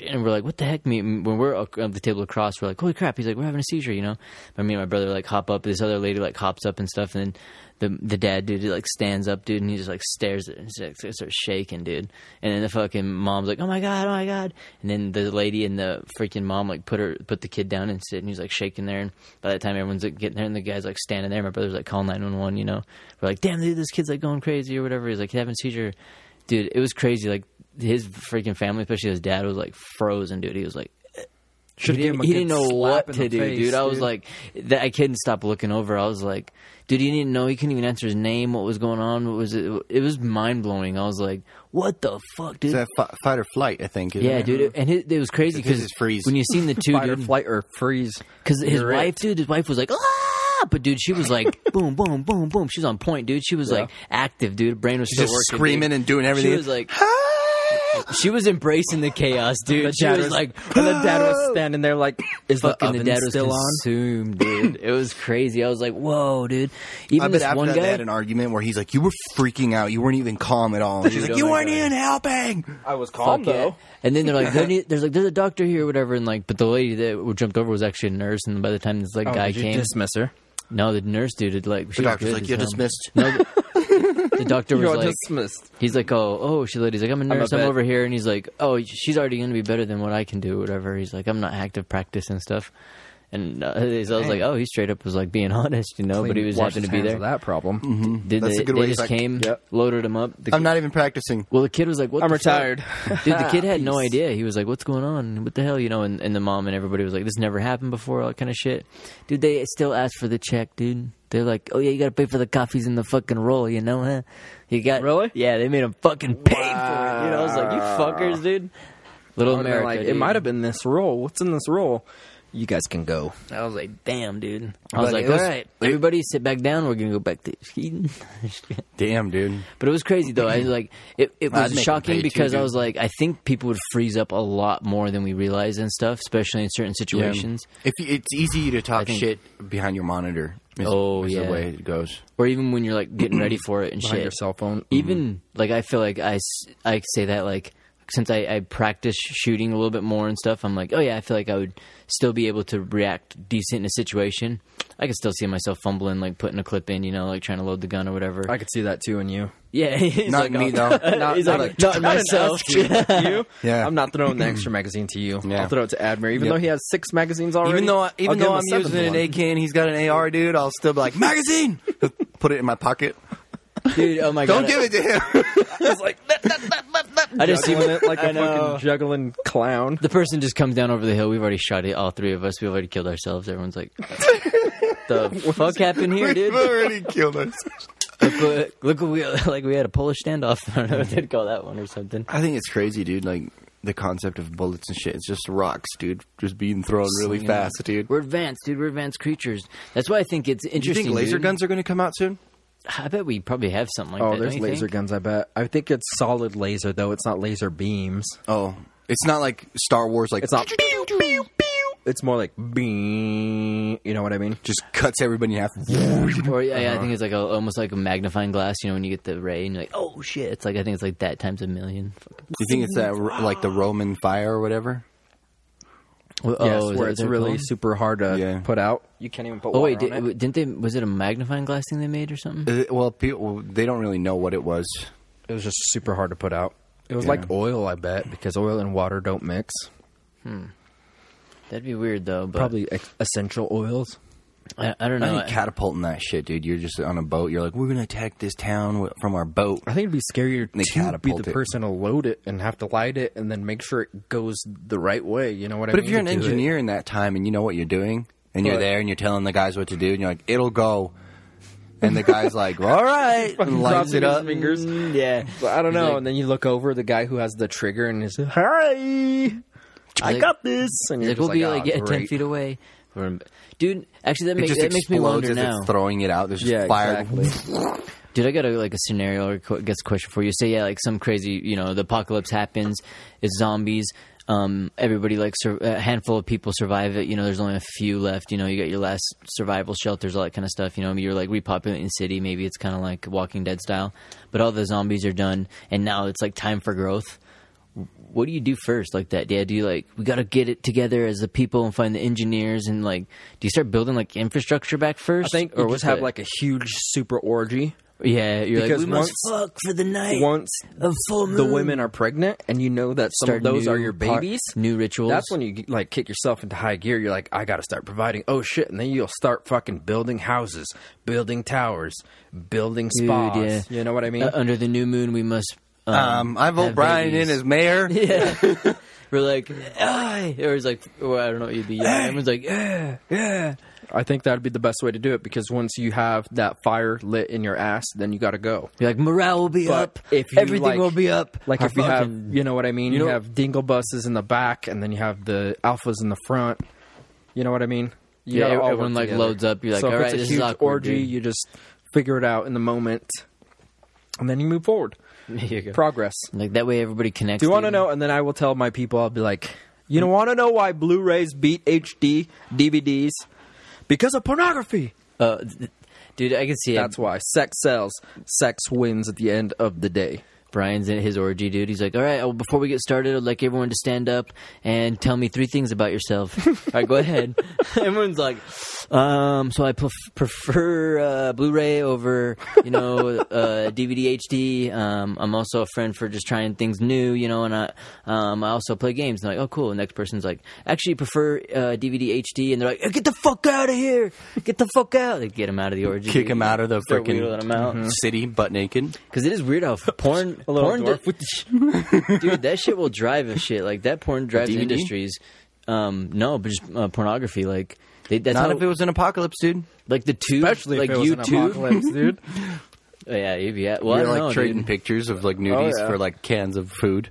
S7: And we're like, what the heck? Me, when we're at the table across, we're like, holy crap! He's like, we're having a seizure, you know. But me and my brother like hop up. This other lady like hops up and stuff, and then the the dad dude he, like stands up, dude, and he just like stares at, and just, like, starts shaking, dude. And then the fucking mom's like, oh my god, oh my god. And then the lady and the freaking mom like put her put the kid down and sit, and he's like shaking there. And by that time, everyone's like getting there, and the guy's like standing there. My brother's like calling nine one one, you know. We're like, damn, dude, this kid's like going crazy or whatever. He's like having a seizure dude, it was crazy. Like his freaking family, especially his dad, was like frozen, dude. He was like,
S6: Should've
S7: he
S6: gave
S7: didn't,
S6: him a
S7: he
S6: good
S7: didn't know what
S6: slap in
S7: to
S6: the
S7: do,
S6: face,
S7: dude. I was
S6: dude.
S7: like, that, I couldn't stop looking over. I was like, dude, he didn't know. He couldn't even answer his name. What was going on? What was it? It was mind blowing. I was like, what the fuck, dude?
S5: It's that fi- fight or flight, I think. Isn't
S7: yeah,
S5: it?
S7: dude, it- and it, it was crazy
S5: Because
S7: because
S5: it's freeze.
S7: when you seen the
S6: [laughs]
S7: two,
S6: Fight or
S7: dude,
S6: flight or freeze.
S7: because his
S6: You're
S7: wife,
S6: it.
S7: dude, his wife was like, ah, but dude, she was
S6: [laughs]
S7: like, boom, boom, boom, boom. She was on point, dude. She was like active, dude. Brain was
S5: She's
S7: still
S5: just
S7: working,
S5: screaming
S7: dude.
S5: and doing everything.
S7: She was like, she was embracing the chaos, dude.
S6: The
S7: she
S6: dad
S7: was,
S6: was
S7: like,
S5: [laughs]
S6: and the dad was standing there like, is the
S7: fucking
S6: oven
S7: the dad was
S6: still on?
S7: consumed, dude. It was crazy. I was like, whoa, dude.
S5: I
S7: Even
S5: bet
S7: this
S5: after
S7: one
S5: that, they had
S7: guy.
S5: an argument where he's like, "You were freaking out. You weren't even calm at all." And she's
S7: Dude,
S5: like,
S7: oh
S5: "You
S7: my
S5: weren't
S7: God.
S5: even helping."
S6: I
S7: [laughs]
S6: was
S7: Fuck yeah. And then they're like,
S5: [laughs]
S7: there need- there's like, there's a doctor here, or whatever. And like, but the lady that jumped over was actually a nurse. And by the time this like
S6: Oh,
S7: guy
S6: did you
S7: came,
S6: dismiss her?
S7: no, the nurse dude had like, she
S5: The
S7: was
S5: doctor's
S7: good
S5: like,
S7: as
S5: "You're
S7: hell.
S5: dismissed."
S7: No, the, the [laughs] doctor was
S6: [laughs] You're
S7: like,
S6: dismissed.
S7: He's like, oh, oh, she lady's like, I'm a
S6: a
S7: nurse, I'm,
S6: vet.
S7: over here, and he's like, oh, she's already gonna be better than what I can do, whatever. He's like, I'm not active practice and stuff, and uh, so I was like, oh, he straight up was like being [laughs] honest, you know, but he was
S6: Washed
S7: happy to
S6: his
S7: be
S6: hands
S7: there. Mm-hmm.
S6: of That problem.
S7: Did
S5: That's
S7: they,
S5: a good
S7: they
S5: way. He's
S7: just
S5: like,
S7: came,
S6: yep.
S7: loaded him up. The,
S5: I'm not even practicing.
S7: well, the kid was like, what
S6: I'm
S7: the fuck?
S6: retired.
S7: Dude, the kid had
S6: [laughs]
S7: no idea. He was like, "What's going on? What the hell?" You know, and, and the mom and everybody was like, "This never happened before." All that kind of shit. Dude, they still asked for the check, dude. They're like, "Oh yeah, you got to pay for the coffees and the fucking roll," you know? Huh? You got
S6: Really?
S7: Yeah, they made him fucking pay for it. You know, I was like, "You fuckers, dude." Little
S6: I would've been
S7: America.
S6: like, it
S7: dude.
S6: might have been this roll. What's in this roll? You guys can go.
S7: I was like, "Damn, dude." I was
S5: But
S7: like,
S5: it was-
S7: "All right, everybody, sit back down. We're gonna go back to [laughs] eating."
S5: Damn, dude.
S7: But it was crazy though.
S5: Mm-hmm.
S7: I like it. It
S5: I'd
S7: was
S5: make 'em pay,
S7: shocking
S5: too,
S7: because I
S5: dude.
S7: was like, I think people would freeze up a lot more than we realize and stuff, especially in certain
S5: Yeah.
S7: situations,
S5: If you, it's easy to talk
S7: think-
S5: shit behind your monitor, is,
S7: Oh,
S5: is
S7: yeah.
S5: the way it goes.
S7: or even when you're like getting ready for it and
S6: Behind
S7: shit.
S6: your cell phone.
S5: Mm-hmm.
S7: Even like I feel like I s- I say that like since I, I practice shooting a little bit more and stuff, I'm like, oh yeah, I feel like I would still be able to react decent in a situation. I could still see myself fumbling, like putting a clip in, you know, like trying to load the gun or whatever.
S6: Mm-hmm. I could see that too in you.
S7: yeah, [laughs] he's like,
S5: Not me,
S7: oh.
S5: though. [laughs]
S6: Not,
S7: He's
S6: not
S7: like,
S6: a-
S7: not
S6: an
S7: myself.
S6: us dude, you?
S5: Yeah.
S6: I'm not [clears throat] throwing the extra magazine to you.
S5: Yeah.
S6: I'll throw it to Admir, even
S5: Yep.
S6: though he has six magazines already.
S5: Even though I-
S6: I'll
S5: even
S6: give
S5: though
S6: him a
S5: I'm
S6: seventh
S5: using an
S6: [laughs] one.
S5: AK and he's got an AR, dude, I'll still be like, "Magazine." [laughs] Put it in my pocket.
S7: [laughs] dude. Oh my
S5: [laughs] Don't
S7: god,
S5: give it to him.
S7: I just see
S6: Doing it like
S7: I
S6: a
S7: know.
S6: fucking juggling clown. Oh,
S7: The person just comes down over the hill. We've already shot it. All three of us. We've already killed ourselves. Everyone's like, [laughs]
S5: [laughs]
S7: "The fuck happened here,
S5: [laughs] We've
S7: dude?
S5: already killed us.
S7: Look, what- look what we [laughs] like. We had a Polish standoff. [laughs] I don't know what they'd call that one or something.
S5: [laughs] I think it's crazy, dude. Like the concept of bullets and shit. It's just rocks, dude. Just being thrown really fast, dude.
S7: We're advanced, dude. We're advanced creatures. That's why I think it's
S5: Do you
S7: interesting.
S5: think laser
S7: dude.
S5: guns are going to come out soon?
S7: I bet we probably have something like that.
S6: Oh,
S7: don't
S6: there's
S7: you
S6: laser
S7: think?
S6: guns. I bet. I think it's solid laser though. It's not laser beams.
S5: Oh, it's not like Star Wars. Like
S6: It's not. It's more like beam. You know what I mean?
S5: just cuts everybody in half.
S7: Or yeah,
S5: Uh-huh.
S7: yeah, I think it's like a, almost like a magnifying glass. You know, when you get the ray and you're like, "Oh shit!" It's like I think it's like that times a million. Fucking-
S5: You think it's that r- like the Roman fire or whatever?
S7: Oh,
S6: yes,
S7: is that
S6: where
S7: what
S6: it's
S7: they're
S6: really
S7: called?
S6: super hard to
S5: Yeah.
S6: put out. You can't even put.
S7: Oh wait,
S6: water
S7: did,
S6: on it.
S7: didn't they? Was it a magnifying glass thing they made or something?
S5: Uh, well, people they don't really know what it was.
S6: It was just super hard to put out. It was like oil, I bet, because oil and water don't mix.
S7: That'd be weird though. But
S6: Probably ex- essential oils.
S7: I, I don't
S5: I
S7: know.
S5: think catapulting that shit, dude. You're just on a boat. You're like, we're going to attack this town wi- from our boat.
S6: I think it'd be scarier
S5: They
S6: to be
S5: catapult
S6: the
S5: it.
S6: person to load it and have to light it and then make sure it goes the right way. You know what I
S5: But
S6: mean?
S5: if you're an
S6: To do it.
S5: engineer in that time and you know what you're doing, and you're
S6: Right.
S5: there and you're telling the guys what to do, and you're like, it'll go. And the guy's like, all right, and lights
S6: Crossing
S5: it
S6: his
S5: up.
S6: Fingers.
S7: Mm, yeah,
S6: But I don't know.
S7: like-
S6: and then you look over the guy who has the trigger and he's like, "Hi, I
S7: like-
S6: got this." And
S7: He's like,
S6: you're just
S7: we'll be
S6: "Ah,
S7: like yeah, ten
S6: great."
S7: feet away. From- Dude, actually, that
S5: It
S7: makes
S5: just
S7: that makes me
S5: explodes
S7: wonder
S5: as
S7: now.
S5: it's throwing it out. There's just
S6: [laughs] Yeah,
S5: fire.
S6: exactly.
S7: Dude, I got a, like a scenario or qu- guess question for you. Say, yeah, like some crazy, you know, the apocalypse happens. It's zombies. Um, everybody like sur- a handful of people survive it. You know, there's only a few left. You know, you got your last survival shelters, all that kind of stuff. You know, you're like repopulating the city. Maybe it's kind of like Walking Dead style, but all the zombies are done, and now it's like time for growth what do you do first like that yeah do you like we got to get it together as the people and find the engineers and like do you start building like infrastructure back first
S6: I think
S7: or
S6: or just
S7: what's
S6: have
S7: that?
S6: like a huge super orgy.
S7: yeah you're like
S6: because
S7: we must
S6: once-
S7: fuck for the night
S6: Once
S7: of full moon
S6: the women are pregnant, and you know that some
S7: start
S6: of those
S7: new
S6: are your
S7: par-
S6: babies.
S7: new rituals
S6: That's when you like kick yourself into high gear. You're like, I got to start providing. Oh shit! And then you'll start fucking building houses, building towers, building
S7: Dude,
S6: spas.
S7: yeah.
S6: You know what I mean?
S7: Uh, under the new moon we must um,
S5: Um, I vote
S7: have
S5: Brian
S7: babies.
S5: in
S7: [laughs]
S5: as mayor.
S7: we're like "Aye!" or it's like or I don't know what you'd be yelling. everyone's like yeah yeah
S6: I think that'd be the best way to do it because once you have that fire lit in your ass, then you got to go.
S7: you're like morale will be
S6: But
S7: up
S6: if you,
S7: everything
S6: like-
S7: will be up
S6: Like
S7: Our
S6: if you have,
S7: fucking- [laughs]
S6: you know what I mean. You,
S7: know-
S6: have dingle buses in the back, and then you have the alphas in the front. You know what I mean? You
S7: Yeah,
S6: gotta all
S7: everyone,
S6: work
S7: like,
S6: together.
S7: loads up. You're like,
S6: so if
S7: "All
S6: it's
S7: right,
S6: a
S7: this is
S6: huge
S7: awkward,
S6: orgy.
S7: dude."
S6: You just figure it out in the moment, and then you move forward.
S7: There you go.
S6: Progress.
S7: like that way everybody connects
S6: Do you want to
S7: dude.
S6: know? And then I will tell my people. I'll be like, you don't want to know why Blu-rays beat HD DVDs because of pornography.
S7: Uh, th- dude, I can see it.
S6: That's why sex sells. Sex wins at the end of the day.
S7: Brian's in his orgy, dude. He's like, all right, well, before we get started, I'd like everyone to stand up and tell me three things about
S5: [laughs]
S7: yourself. all right, go ahead. Everyone's like, um, so I pref- prefer uh, Blu-ray over, you know, uh, DVD HD. Um, I'm also a friend for just trying things new, you know, and I, um, I also play games. And like, oh, cool. Next person's like, actually prefer uh, DVD HD. And they're like, get the fuck out of here. Get the fuck out. They get him out of the orgy.
S5: Kick him out of the
S7: Start wheeling him out.
S5: freaking city butt naked.
S7: Because it is weird
S5: [laughs]
S7: how porn, porn [laughs] dude, that shit will drive a shit. Like that porn drives
S5: DVD?
S7: industries. Um, no, but just uh, pornography. Like they, that's
S5: Not
S7: how,
S5: if it was an apocalypse, dude.
S7: like the tube,
S6: Especially
S7: like
S6: if it was an
S7: YouTube.
S6: apocalypse, [laughs] dude.
S7: oh, [laughs] yeah, you'd be at- Well, I
S5: You're
S7: don't
S5: like
S7: know,
S5: trading
S7: dude. Oh,
S5: pictures of like nudies
S6: yeah.
S5: for like cans of food.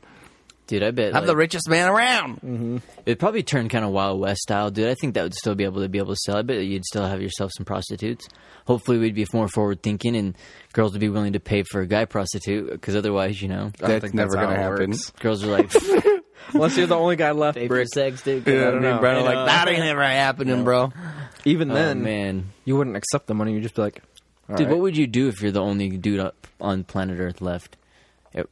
S7: dude. I bet
S5: I'm
S7: like, Mm-hmm.
S5: the richest man around.
S7: it'd probably turn kind of Wild West style, dude. I think that would still be able to be able to sell. I bet you'd still have yourself some prostitutes. Hopefully, we'd be more forward thinking, and girls would be willing to pay for a guy prostitute. Because otherwise, you know,
S5: That's
S6: think
S5: never
S6: that's
S5: gonna
S6: how it
S5: happen.
S6: works.
S7: girls are
S5: [laughs]
S7: like
S6: Unless you're the only guy left,
S7: pay for
S6: Brick.
S7: sex, dude.
S5: Yeah,
S7: I
S5: me
S7: don't
S5: and
S7: know.
S5: Brian are
S7: You know?
S5: like that ain't never happening, bro.
S6: Even
S7: Oh,
S6: then,
S7: man.
S6: you wouldn't accept the money. You'd just be like, "All
S7: Dude,
S6: right."
S7: what would you do if you're the only dude up on planet Earth left? It-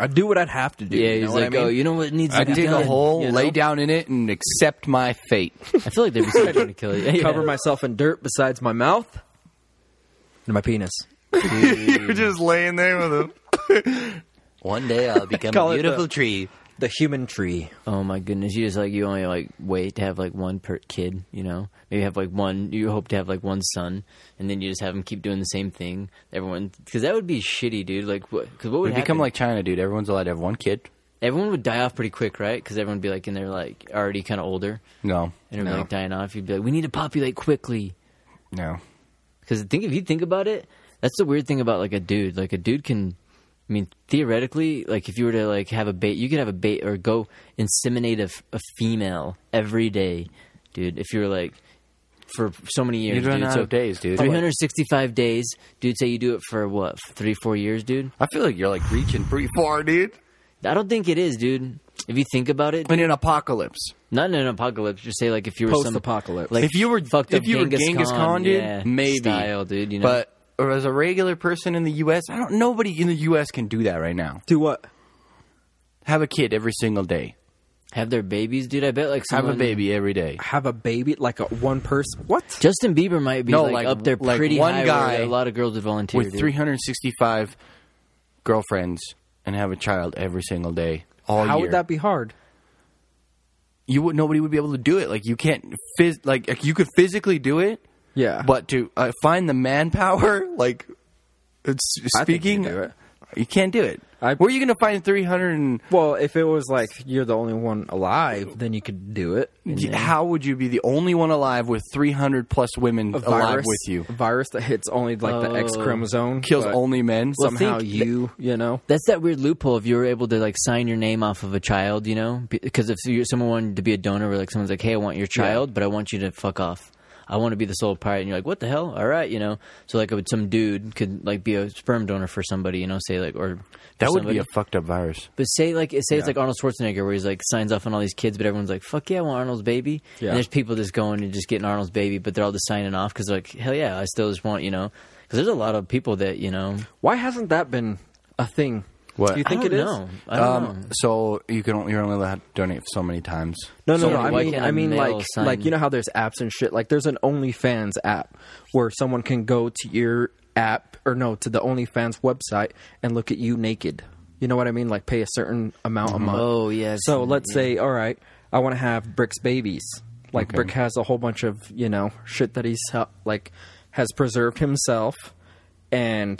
S6: I'd do what I'd have to do.
S7: yeah,
S6: you
S7: he's
S6: know what
S7: like,
S6: I mean?
S7: oh,
S6: [laughs]
S7: you know what needs to
S5: I
S7: be
S5: dig a
S7: done?"
S5: hole,
S7: You
S5: lay
S7: know?
S5: down in it, and accept my
S7: [laughs]
S5: fate.
S7: I feel like they'd be somebody trying to kill you. [laughs] Yeah.
S6: cover myself in dirt besides my mouth and my penis.
S5: You're just laying there with him. [laughs] One
S7: [laughs]
S5: day I'll become
S6: Call
S5: a
S6: it the-
S5: beautiful tree.
S6: The human tree.
S7: Oh my goodness, you just like you only like wait to have like one per kid, you know? Maybe have like one. You hope to have like one son, and then you just have them keep doing the same thing. Everyone, because that would be shitty, dude. Like, what? Because what would
S5: We
S7: happen?
S5: become like China, dude. Everyone's allowed to have one kid.
S7: everyone would die off pretty quick, right? Because everyone would be like in their like already kind of older,
S5: No,
S7: and everyone
S5: no,
S7: like dying off. You'd be like, we need to populate quickly.
S5: no.
S7: Because think if you think about it, that's the weird thing about like a dude. Like a dude can, I mean, theoretically, like if you were to like have a bait, you could have a bait or go inseminate a, f- a female every day, dude. If you were like for so many years,
S5: You'd run
S7: dude.
S5: out
S7: so
S5: of days, dude.
S7: 365 days, dude. Say you do it for what three, four years, dude.
S5: I feel like you're like reaching pretty far, dude.
S7: I don't think it is, dude. If you think about it,
S5: In an apocalypse,
S7: not in an apocalypse. Just say like if you were some
S6: Post-apocalypse.
S7: like
S5: if you were
S7: fucked
S5: if
S7: up
S5: you
S7: Genghis
S5: were Genghis
S7: Khan,
S5: Khan, dude,
S7: yeah,
S5: maybe
S7: style, dude. You know,
S5: But or as a regular person in the U.S., I don't. Nobody in the U.S. can do that right now.
S6: do what?
S5: Have a kid every single day.
S7: have their babies, dude. I bet like
S5: Have
S7: someone,
S5: a baby every day.
S6: Have a baby like a one person? What?
S7: Justin Bieber might be
S5: No,
S7: like,
S5: like-
S7: up there
S5: like
S7: pretty
S5: one
S7: high
S5: guy
S7: where a lot of girls would volunteer.
S5: With
S7: dude.
S5: 365 girlfriends and have a child every single day. All
S6: How
S5: year.
S6: would that be hard?
S5: you would nobody would be able to do it. Like you can't phys- like like, you could physically do it,
S6: Yeah,
S5: but to uh, find the manpower, [laughs] like it's
S6: I think you
S5: speaking,
S6: can do it.
S5: you can't do it.
S6: I-
S5: Where are you going to find 300 and
S6: well, if it was like you're the only one alive, then you could do it.
S5: how would you be the only one alive with 300 plus women
S6: A
S5: alive with you?
S6: a virus that hits only like the X
S7: Oh.
S6: chromosome,
S5: Kills
S6: but
S5: only men.
S6: somehow
S7: think
S6: you. You know,
S7: That's that weird loophole. If you were able to like sign your name off of a child, you know, because if you're someone wanted to be a donor, where like someone's like, "Hey, I want your child, but I want you to fuck off. I want to be the sole pirate, and you're like, what the hell? All right, you know. So like, would- some dude could like be a sperm donor for somebody, you know, say like, or
S5: That
S7: for
S5: would be
S7: somebody.
S5: a fucked up virus.
S7: But say like say it's like Arnold Schwarzenegger where he's like signs off on all these kids, but everyone's like, "Fuck yeah, I want Arnold's baby."
S6: Yeah.
S7: And there's people just going and just getting Arnold's baby, but they're all just signing off because like, hell yeah, I still just want you know. Because there's a lot of people that you know.
S6: Why hasn't that been a thing?
S5: What?
S6: Do you
S5: I
S6: think
S7: I don't
S6: it is?
S7: know. I don't know.
S5: Um, so you can only, you're only allowed to donate so many times.
S6: No, no,
S7: So
S6: no.
S7: many
S6: I
S7: white
S6: mean,
S7: and
S6: I mean,
S7: male
S6: like,
S7: sign-
S6: like you know how there's apps and shit. Like, there's an OnlyFans app where someone can go to your app or no to the OnlyFans website and look at you naked. You know what I mean? Like, pay a certain amount a month.
S7: Oh, yeah, I've
S6: So
S7: seen that,
S6: let's say, all right, I want to have Brick's babies. Like, Brick has a whole bunch of you know shit that he's hel- like has preserved himself, and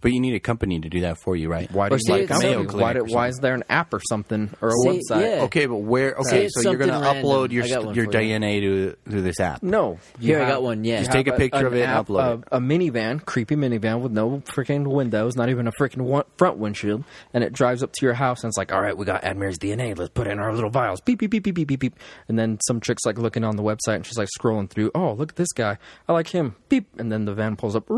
S5: But you need a company to do that for you, right?
S6: why
S7: Or
S6: do
S7: say
S6: like
S7: it's
S6: why,
S7: something-
S6: do- why, do- why is there an app or something or a
S7: Say-
S6: website?
S7: yeah.
S5: Okay, but where? Okay,
S7: it's
S5: so you're going to
S7: something
S5: upload
S7: random.
S5: your
S7: I got
S5: st-
S7: one
S5: your
S7: for you.
S5: DNA to to this app.
S6: No. you
S7: Here, I got one, yeah.
S6: you
S7: Just
S5: take a
S6: have
S5: picture
S6: an
S5: of it and
S6: app,
S5: upload
S6: a, A minivan, creepy minivan with no freaking windows, not even a freaking one, front windshield, and it drives up to your house and it's like, all right, we got Admiral's DNA. Let's put it in our little vials. Beep, beep, beep, beep, beep, beep, beep. And then some chick's like looking on the website and she's like scrolling through. Oh, look at this guy. I like him. Beep. And then the van pulls up.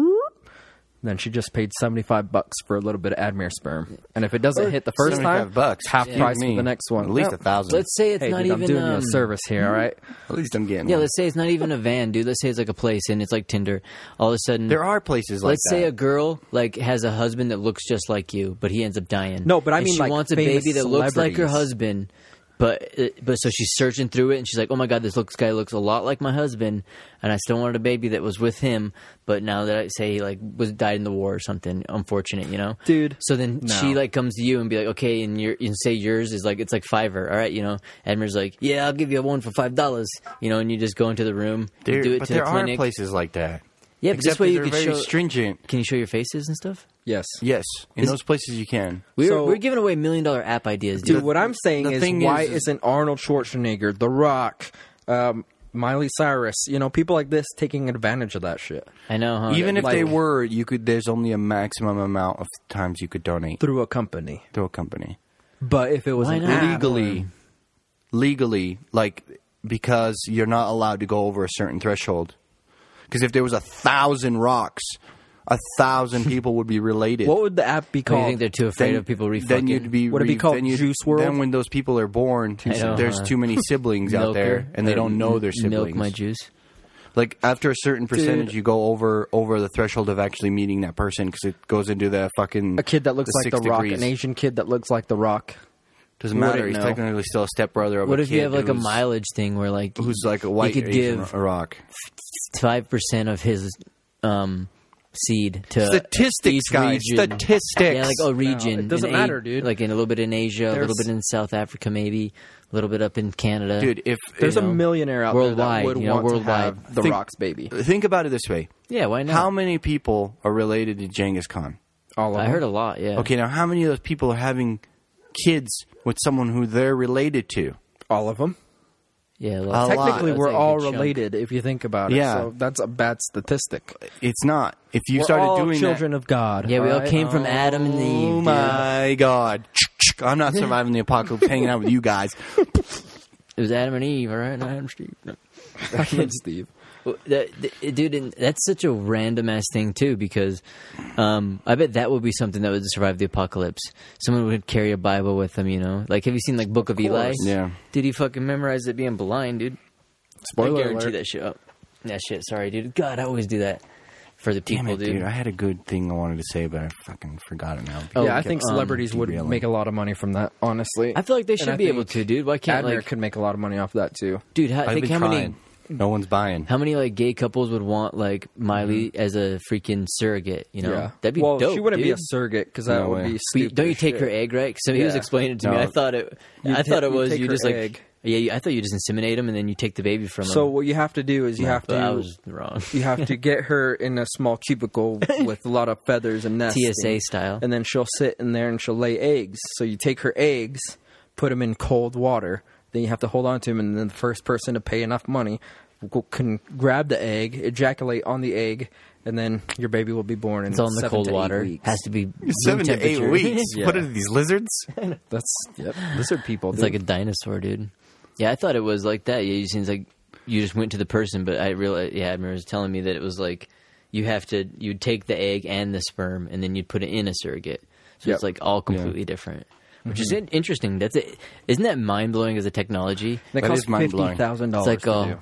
S6: And Then she just paid seventy five bucks for a little bit of Admir sperm, and if it doesn't hit the first time,
S5: 75 bucks.
S6: half
S5: Excuse
S6: price
S5: me.
S6: for the next one.
S5: At least
S6: No.
S5: a thousand.
S7: Let's say it's
S6: Hey,
S7: not
S6: dude,
S7: even
S6: I'm doing you a
S7: um,
S6: service here, all right?
S5: At least I'm getting.
S7: Yeah,
S5: one.
S7: let's say it's not even a van, dude. Let's say it's like a place and it's like Tinder. All of a sudden,
S5: there are places like
S7: let's say
S5: that.
S7: a girl like has a husband that looks just like you, but he ends up dying.
S6: No, but I
S7: And
S6: mean,
S7: she
S6: like,
S7: wants a
S6: famous
S7: baby that looks like her
S6: celebrities.
S7: husband. But uh, but so she's searching through it and she's like, oh my god, this looks guy looks a lot like my husband, and I still wanted a baby that was with him. But now that I say he like was died in the war or something, unfortunate, you know,
S6: Dude,
S7: So then
S6: no.
S7: she like comes to you and be like, okay, and you and say yours is like it's like Fiverr, all right, you know. Edmer's like, yeah, I'll give you one for five dollars, you know, and you just go into the room, you
S5: There,
S7: do it
S5: but
S7: to
S5: there
S7: the
S5: are
S7: clinic.
S5: places like that.
S7: yeah, but
S5: Except
S7: this way
S5: that
S7: you
S5: they're
S7: can
S5: very
S7: show.
S5: stringent.
S7: can you show your faces and stuff?
S6: Yes.
S5: Yes, in those places you can.
S7: We're,
S6: So-
S7: we're giving away million dollar app ideas, dude.
S6: Dude, what I'm saying
S5: the
S6: is,
S5: thing
S6: why
S5: is-
S6: is, not Arnold Schwarzenegger, The Rock, um, Miley Cyrus, you know, people like this taking advantage of that shit
S7: I know, huh?
S5: Even if
S6: like-
S5: they were, you could. There's only a maximum amount of times you could donate
S6: through a company?
S5: to a company
S6: But if it was
S7: Why
S6: an
S7: not?
S6: app-
S5: legally. Legally, like because you're not allowed to go over a certain threshold. Because if there was a thousand rocks, a thousand
S7: [laughs]
S5: people would be related.
S6: what would the app be
S7: What,
S6: called?
S7: you think they're too afraid of people refucking?
S5: Then you'd be
S6: Would it be
S5: re-
S6: called
S5: then you'd-
S6: Juice WRLD?
S5: Then when those people are born,
S7: know,
S5: there's
S7: huh? [laughs]
S5: too many siblings out there, and they don't know their
S7: Milk
S5: siblings.
S7: my juice.
S5: Like after a certain percentage, you go over over the threshold of actually meeting that person because it goes into the fucking
S6: a kid that looks like
S5: six
S6: The Rock,
S5: degrees.
S6: an Asian kid that looks like The Rock.
S5: Doesn't
S6: wouldn't
S5: matter. He's
S6: know.
S5: technically still a stepbrother of
S7: What
S5: a
S7: if you
S5: kid
S7: have like a
S5: who's-
S7: mileage thing where like
S5: Who's like a white
S7: He could
S5: Asian
S7: give
S5: ro- rock?
S7: five percent of his um, seed to
S5: Statistics,
S7: each
S5: guys.
S7: region.
S5: Statistics.
S7: Yeah, like oh, a region.
S6: it doesn't
S7: in A-
S6: matter, dude.
S7: Like in a little bit in Asia, a little
S6: There's-
S7: bit in South Africa, maybe a little bit up in Canada,
S5: Dude, if
S6: There's
S5: you
S6: a
S5: know,
S6: millionaire out
S7: worldwide,
S6: there that would
S7: you know,
S6: want
S7: worldwide.
S6: to have The
S5: Think-
S6: Rock's baby.
S5: think about it this way:
S7: Yeah, why not?
S5: how many people are related to Genghis Khan?
S6: All of
S7: I heard a lot. Yeah.
S5: Okay, now how many of those people are having kids with someone who they're related to?
S6: all of them.
S7: Yeah.
S5: A lot.
S6: Technically,
S7: That's
S6: we're
S7: like a
S6: all
S7: good chunk.
S6: related if you think about it.
S5: Yeah.
S6: So that's a bad statistic.
S5: It's not. If you
S6: we're
S5: started
S6: all
S5: doing that-
S6: children of God.
S7: Yeah, we all
S6: right?
S7: came from
S6: [laughs]
S7: Adam and Eve.
S5: Oh
S7: dude.
S5: my god. I'm not surviving the apocalypse hanging out with you guys.
S7: It was Adam and Eve, all right? Not Adam and Steve.
S6: Fucking Steve.
S7: Well, that, th- dude, and that's such a random ass thing too. Because um, I bet that would be something that would survive the apocalypse. Someone would carry a Bible with them, you know. Like, have you seen like Book of, Eli?
S6: course.
S5: Yeah.
S7: Dude, he fucking memorized it being blind, dude.
S6: Spoiler
S7: I guarantee
S6: alert.
S7: that shit up. That shit. Sorry, dude. God, I always do that for the [laughs]
S5: Damn
S7: people,
S5: it, dude. I had a good thing I wanted to say, but I fucking forgot it now.
S7: Oh,
S6: yeah, I
S7: okay.
S6: think
S7: Um,
S6: celebrities would
S5: derailing.
S6: make a lot of money from that. Honestly,
S7: I feel like they
S6: And
S7: should
S6: I
S7: be able
S6: think
S7: to, dude. Why can't
S6: Adner
S7: like,
S6: could make a lot of money off that too.
S7: dude? How,
S5: I've
S7: think
S5: been
S7: how many?
S5: trying. No one's buying.
S7: How many like gay couples would want like Miley as a freaking surrogate? You know,
S6: Mm-hmm. yeah,
S7: that'd be
S6: well,
S7: dope.
S6: she wouldn't be a
S7: dude.
S6: surrogate because that
S5: No
S6: would
S5: way.
S6: be
S7: But you-
S6: stupid.
S7: don't you
S6: as
S7: take
S6: shit.
S7: her egg right? So he was
S6: Yeah.
S7: explaining it to me.
S5: No.
S7: I thought it.
S6: You
S7: I
S6: ta-
S7: thought it
S6: you
S7: was
S6: take
S7: you
S6: her
S7: just like
S6: egg.
S7: yeah. You, I thought you just inseminate him and then you take the baby from him.
S6: So what you have to do is you have
S7: But
S6: to
S7: I was wrong.
S6: you have to get her in a small
S7: [laughs]
S6: cubicle with a lot of feathers and nests,
S7: TSA
S6: and-
S7: style.
S6: and then she'll sit in there and she'll lay eggs. So you take her eggs, put them in cold water. Then you have to hold on to them, and then the first person to pay enough money will- can grab the egg, ejaculate on the egg, and then your baby will be born. In
S7: It's all in the
S6: seven
S7: cold
S6: to eight
S7: water.
S6: weeks.
S7: Has to be room
S5: Seven to eight
S7: temperature. [laughs]
S5: weeks.
S7: it's
S5: What are these lizards?
S7: [laughs]
S6: That's yep. Lizard people.
S7: like a dinosaur, dude. Yeah, I thought it was like that. Yeah, you seems like you just went to the person, but I realized, yeah, I remember it was telling me that it was like you have to you'd take the egg and the sperm and then you'd put it in a surrogate, so
S6: Yep. Mm-hmm.
S7: it's like all completely different, which is in- interesting. That's it. Isn't that mind blowing as a technology?
S6: That
S5: That
S6: costs
S5: is mind-blowing.
S6: fifty thousand
S7: It's
S6: dollars.
S7: like, oh,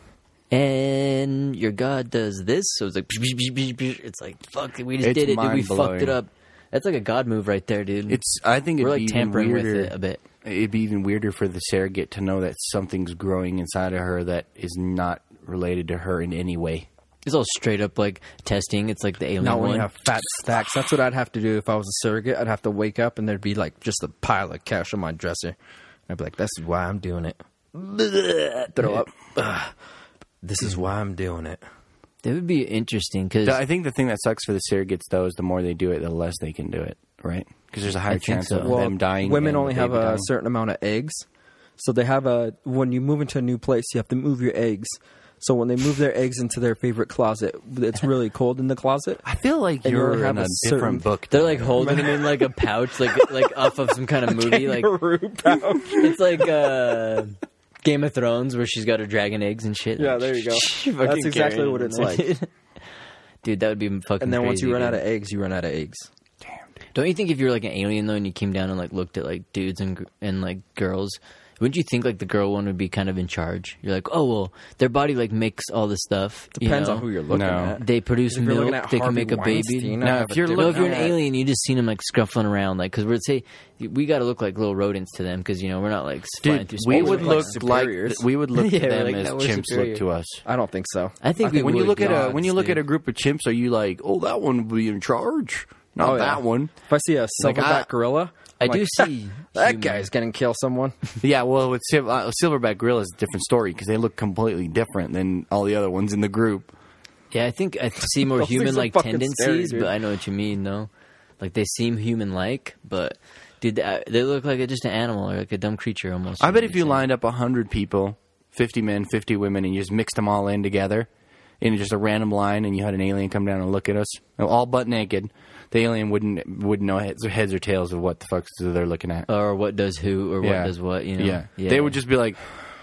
S7: and your god does this, so it's like, it's like, fuck, we just
S5: It's
S7: did it, dude. We fucked it
S5: mind-blowing.
S7: up. That's like a god move right there, dude.
S5: It's. I think it'd
S7: we're
S5: be
S7: like
S5: even
S7: tampering with
S5: weirder.
S7: it a bit.
S5: It'd be even weirder for the surrogate to know that something's growing inside of her that is not related to her in any way.
S7: It's all straight up like testing. It's like the alien
S6: Not when
S7: one.
S6: you have fat stacks. That's what I'd have to do if I was a surrogate. I'd have to wake up and there'd be like just a pile of cash on my dresser. And I'd be like, "That's why I'm doing it." Bleh, Throw up. Ugh. [laughs] This is why I'm doing it.
S7: that would be interesting because
S5: I think the thing that sucks for the surrogates though is the more they do it, the less they can do it, right? Because there's a higher
S7: think
S5: chance
S6: Uh,
S7: so.
S5: of
S7: Well,
S5: them dying.
S6: Women
S5: than
S6: only
S5: the
S6: have a
S5: baby dying.
S6: certain amount of eggs, so they have a. When you move into a new place, you have to move your eggs. So when they move their eggs into their favorite closet, it's really cold in the [laughs] closet.
S5: I feel like
S6: and you
S5: you're
S6: only have
S5: in a,
S6: a certain-
S5: different book.
S7: they're like holding him in like
S6: [laughs]
S7: a pouch, like like off of some kind of movie. Like it's like uh, Game of Thrones where she's got her dragon eggs and shit.
S6: Yeah, there you
S7: [laughs]
S6: go.
S7: Fucking
S6: That's exactly
S7: carrying
S6: what
S7: it
S6: it's
S7: in
S6: like.
S7: there. [laughs] Dude, that would be fucking.
S6: And then once you
S7: crazy,
S6: run
S7: dude.
S6: out of eggs, you run out of eggs.
S7: Don't you think if you were like an alien though, and you came down and like looked at like dudes and gr- and like girls, wouldn't you think like the girl one would be kind of in charge? You're like, oh well, their body like makes all the stuff. you
S6: Depends
S7: know?
S6: on who you're
S5: No.
S6: looking at.
S7: They produce
S6: If you're looking
S7: milk.
S6: at
S7: They can
S6: Harvey
S7: make a baby.
S6: Weinstein,
S5: No,
S6: I have
S5: if
S6: a
S5: you're
S6: different-
S7: Well, if you're an
S5: looking at-
S7: alien, you just seen them like scruffling around, like because we're say we got to look like little rodents to them because you know we're not like flying
S5: Dude,
S7: through
S5: we
S7: space
S5: would
S7: with,
S5: look
S7: like-
S5: like
S6: superiors.
S5: we would look
S7: Yeah,
S5: to
S7: we're
S5: them
S7: like,
S5: as
S7: no, we're
S5: chimps
S7: superior.
S5: look to us.
S6: I don't think so.
S7: I think we
S5: when you
S7: would,
S5: look at a
S7: gods,
S5: when you look
S7: dude.
S5: at a group of chimps, are you like, oh, that one would be in charge, not
S6: Oh, yeah.
S5: that one?
S6: If I see a
S5: Like,
S6: silverback
S5: I-
S6: gorilla,
S7: I
S6: I'm
S7: do
S6: like, [laughs]
S7: see
S6: that
S7: human-
S6: guy's gonna kill someone.
S5: Yeah, well, with sil- uh, silverback gorilla is a different story because they look completely different than all the other ones in the group.
S7: Yeah, I think
S6: [laughs]
S7: I see more
S6: Those things are
S7: human like
S6: fucking scary,
S7: tendencies,
S6: dude.
S7: but I know what you mean, though. Like they seem human like, but dude, they, they look like a, just an animal or like a dumb creature almost.
S5: I bet
S7: know
S5: if
S7: what
S5: you
S7: I'm
S5: lined up hundred people, fifty men, fifty women, and you just mixed them all in together in just a random line, and you had an alien come down and look at us, all butt naked, the alien wouldn't wouldn't know heads, heads or tails of what the fuck they're looking at.
S7: saying? or what does who or Uh, what does what, you know?
S5: Yeah. They would just be like,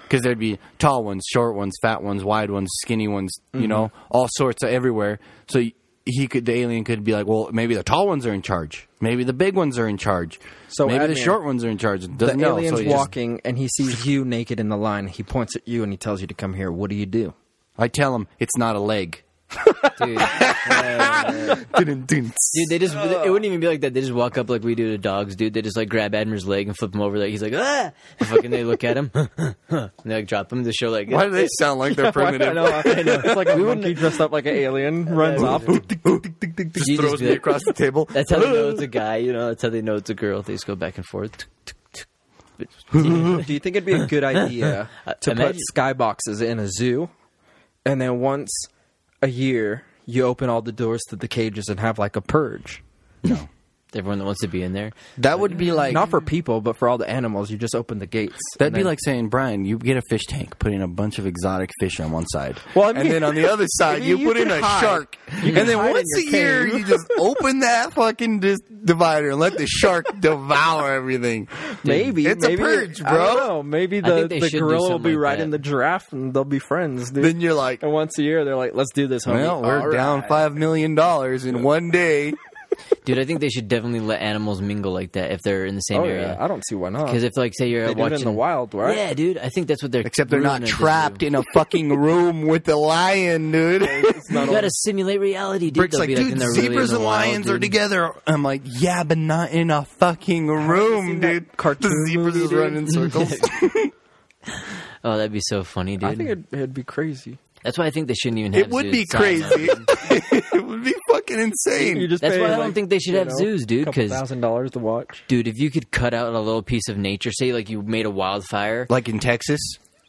S5: because there'd be tall ones, short ones, fat ones, wide ones, skinny ones,
S7: Mm-hmm.
S5: you know, all sorts of everywhere. So y- he could, the alien could be like, well, maybe the tall ones are in charge. Maybe the big ones are in charge.
S6: So,
S5: maybe the
S6: Admir,
S5: short ones are in charge.
S6: The
S5: Doesn't know.
S6: alien's
S5: so he just-
S6: walking and he sees you naked in the line. He points at you and he tells you to come here. What do you do?
S5: I tell him it's not a leg. [laughs]
S7: dude, dude, they just it wouldn't even be like that. They just walk up like we do to dogs, dude. They just like grab Admiral's leg and flip him over. Like he's like ah, and fucking they look at him, [laughs] and they like drop him to show like
S5: [laughs] Why do they sound like they're primitive?
S6: It's like a monkey dressed up like an alien runs off.
S5: Just
S7: You just
S5: throws
S7: be
S5: me
S7: like-
S5: across the table.
S7: That's how they know
S5: [laughs]
S7: it's a guy. You know, that's how they know it's a girl. They just go back and forth.
S6: [laughs] Do you think it'd be a good idea to put
S7: Imagine-
S6: skyboxes in a zoo, and then once a year you open all the doors to the cages and have like a purge?
S7: Everyone that wants to be in there.
S5: That would be like
S6: Not for people, but for all the animals. You just open the gates.
S5: That'd
S6: and
S5: be
S6: then-
S5: like saying, Brian, you get a fish tank, put in a bunch of exotic fish on one side.
S6: Well, I mean-
S5: and then on [laughs] the other side,
S6: Maybe
S5: you,
S6: you
S5: put in
S6: could
S5: a
S6: hide.
S5: shark. And then once a year, you just open that fucking dis- divider and let the [laughs] shark devour everything.
S6: maybe
S5: It's a
S6: maybe-
S5: purge,
S6: I don't
S5: bro.
S6: know. Maybe
S7: I
S6: the,
S7: think they
S6: the
S7: should do
S6: gorilla will be
S7: something like
S6: riding
S7: that.
S6: the giraffe, and they'll be friends, dude.
S5: Then you're like,
S6: and once a year, they're like, "Let's do this, homie."
S5: well, we're
S6: All right.
S5: down $5 million dollars in one day.
S7: Dude, I think they should definitely let animals mingle like that if they're in the same
S6: Oh
S7: area.
S6: yeah, I don't see why not.
S7: Because if, like, say you're
S6: They do it in
S7: watching
S6: the wild, right? [laughs]
S7: Yeah, dude. I think that's what they're.
S5: Except they're not
S7: ruining it to
S5: trapped
S7: do.
S5: in a fucking room with the lion, dude. [laughs]
S7: [laughs] You gotta simulate reality, dude.
S5: Brick's
S7: They'll
S5: like,
S7: be,
S5: dude,
S7: in the- really in
S5: zebras
S7: the
S5: and
S7: wild,
S5: lions are
S7: dude."
S5: together. I'm like, yeah, but not in a fucking room,
S6: that
S5: dude.
S6: cartoon
S5: the zebras
S6: movie,
S5: is
S6: dude?
S5: running in [laughs] circles.
S7: Oh, that'd be so funny, dude.
S6: I think it'd, it'd be crazy.
S7: that's why I think they shouldn't even. have
S5: It would
S7: zoos.
S5: be
S7: Sorry, man.
S5: crazy. [laughs] it would be fucking insane.
S6: [laughs] You just
S7: That's
S6: pay,
S7: why I don't
S6: like,
S7: think they should
S6: you
S7: have
S6: know,
S7: zoos, dude,
S6: couple
S7: 'cause-
S6: thousand dollars to watch.
S7: Dude, if you could cut out a little piece of nature, say like you made a wildfire,
S5: like in Texas,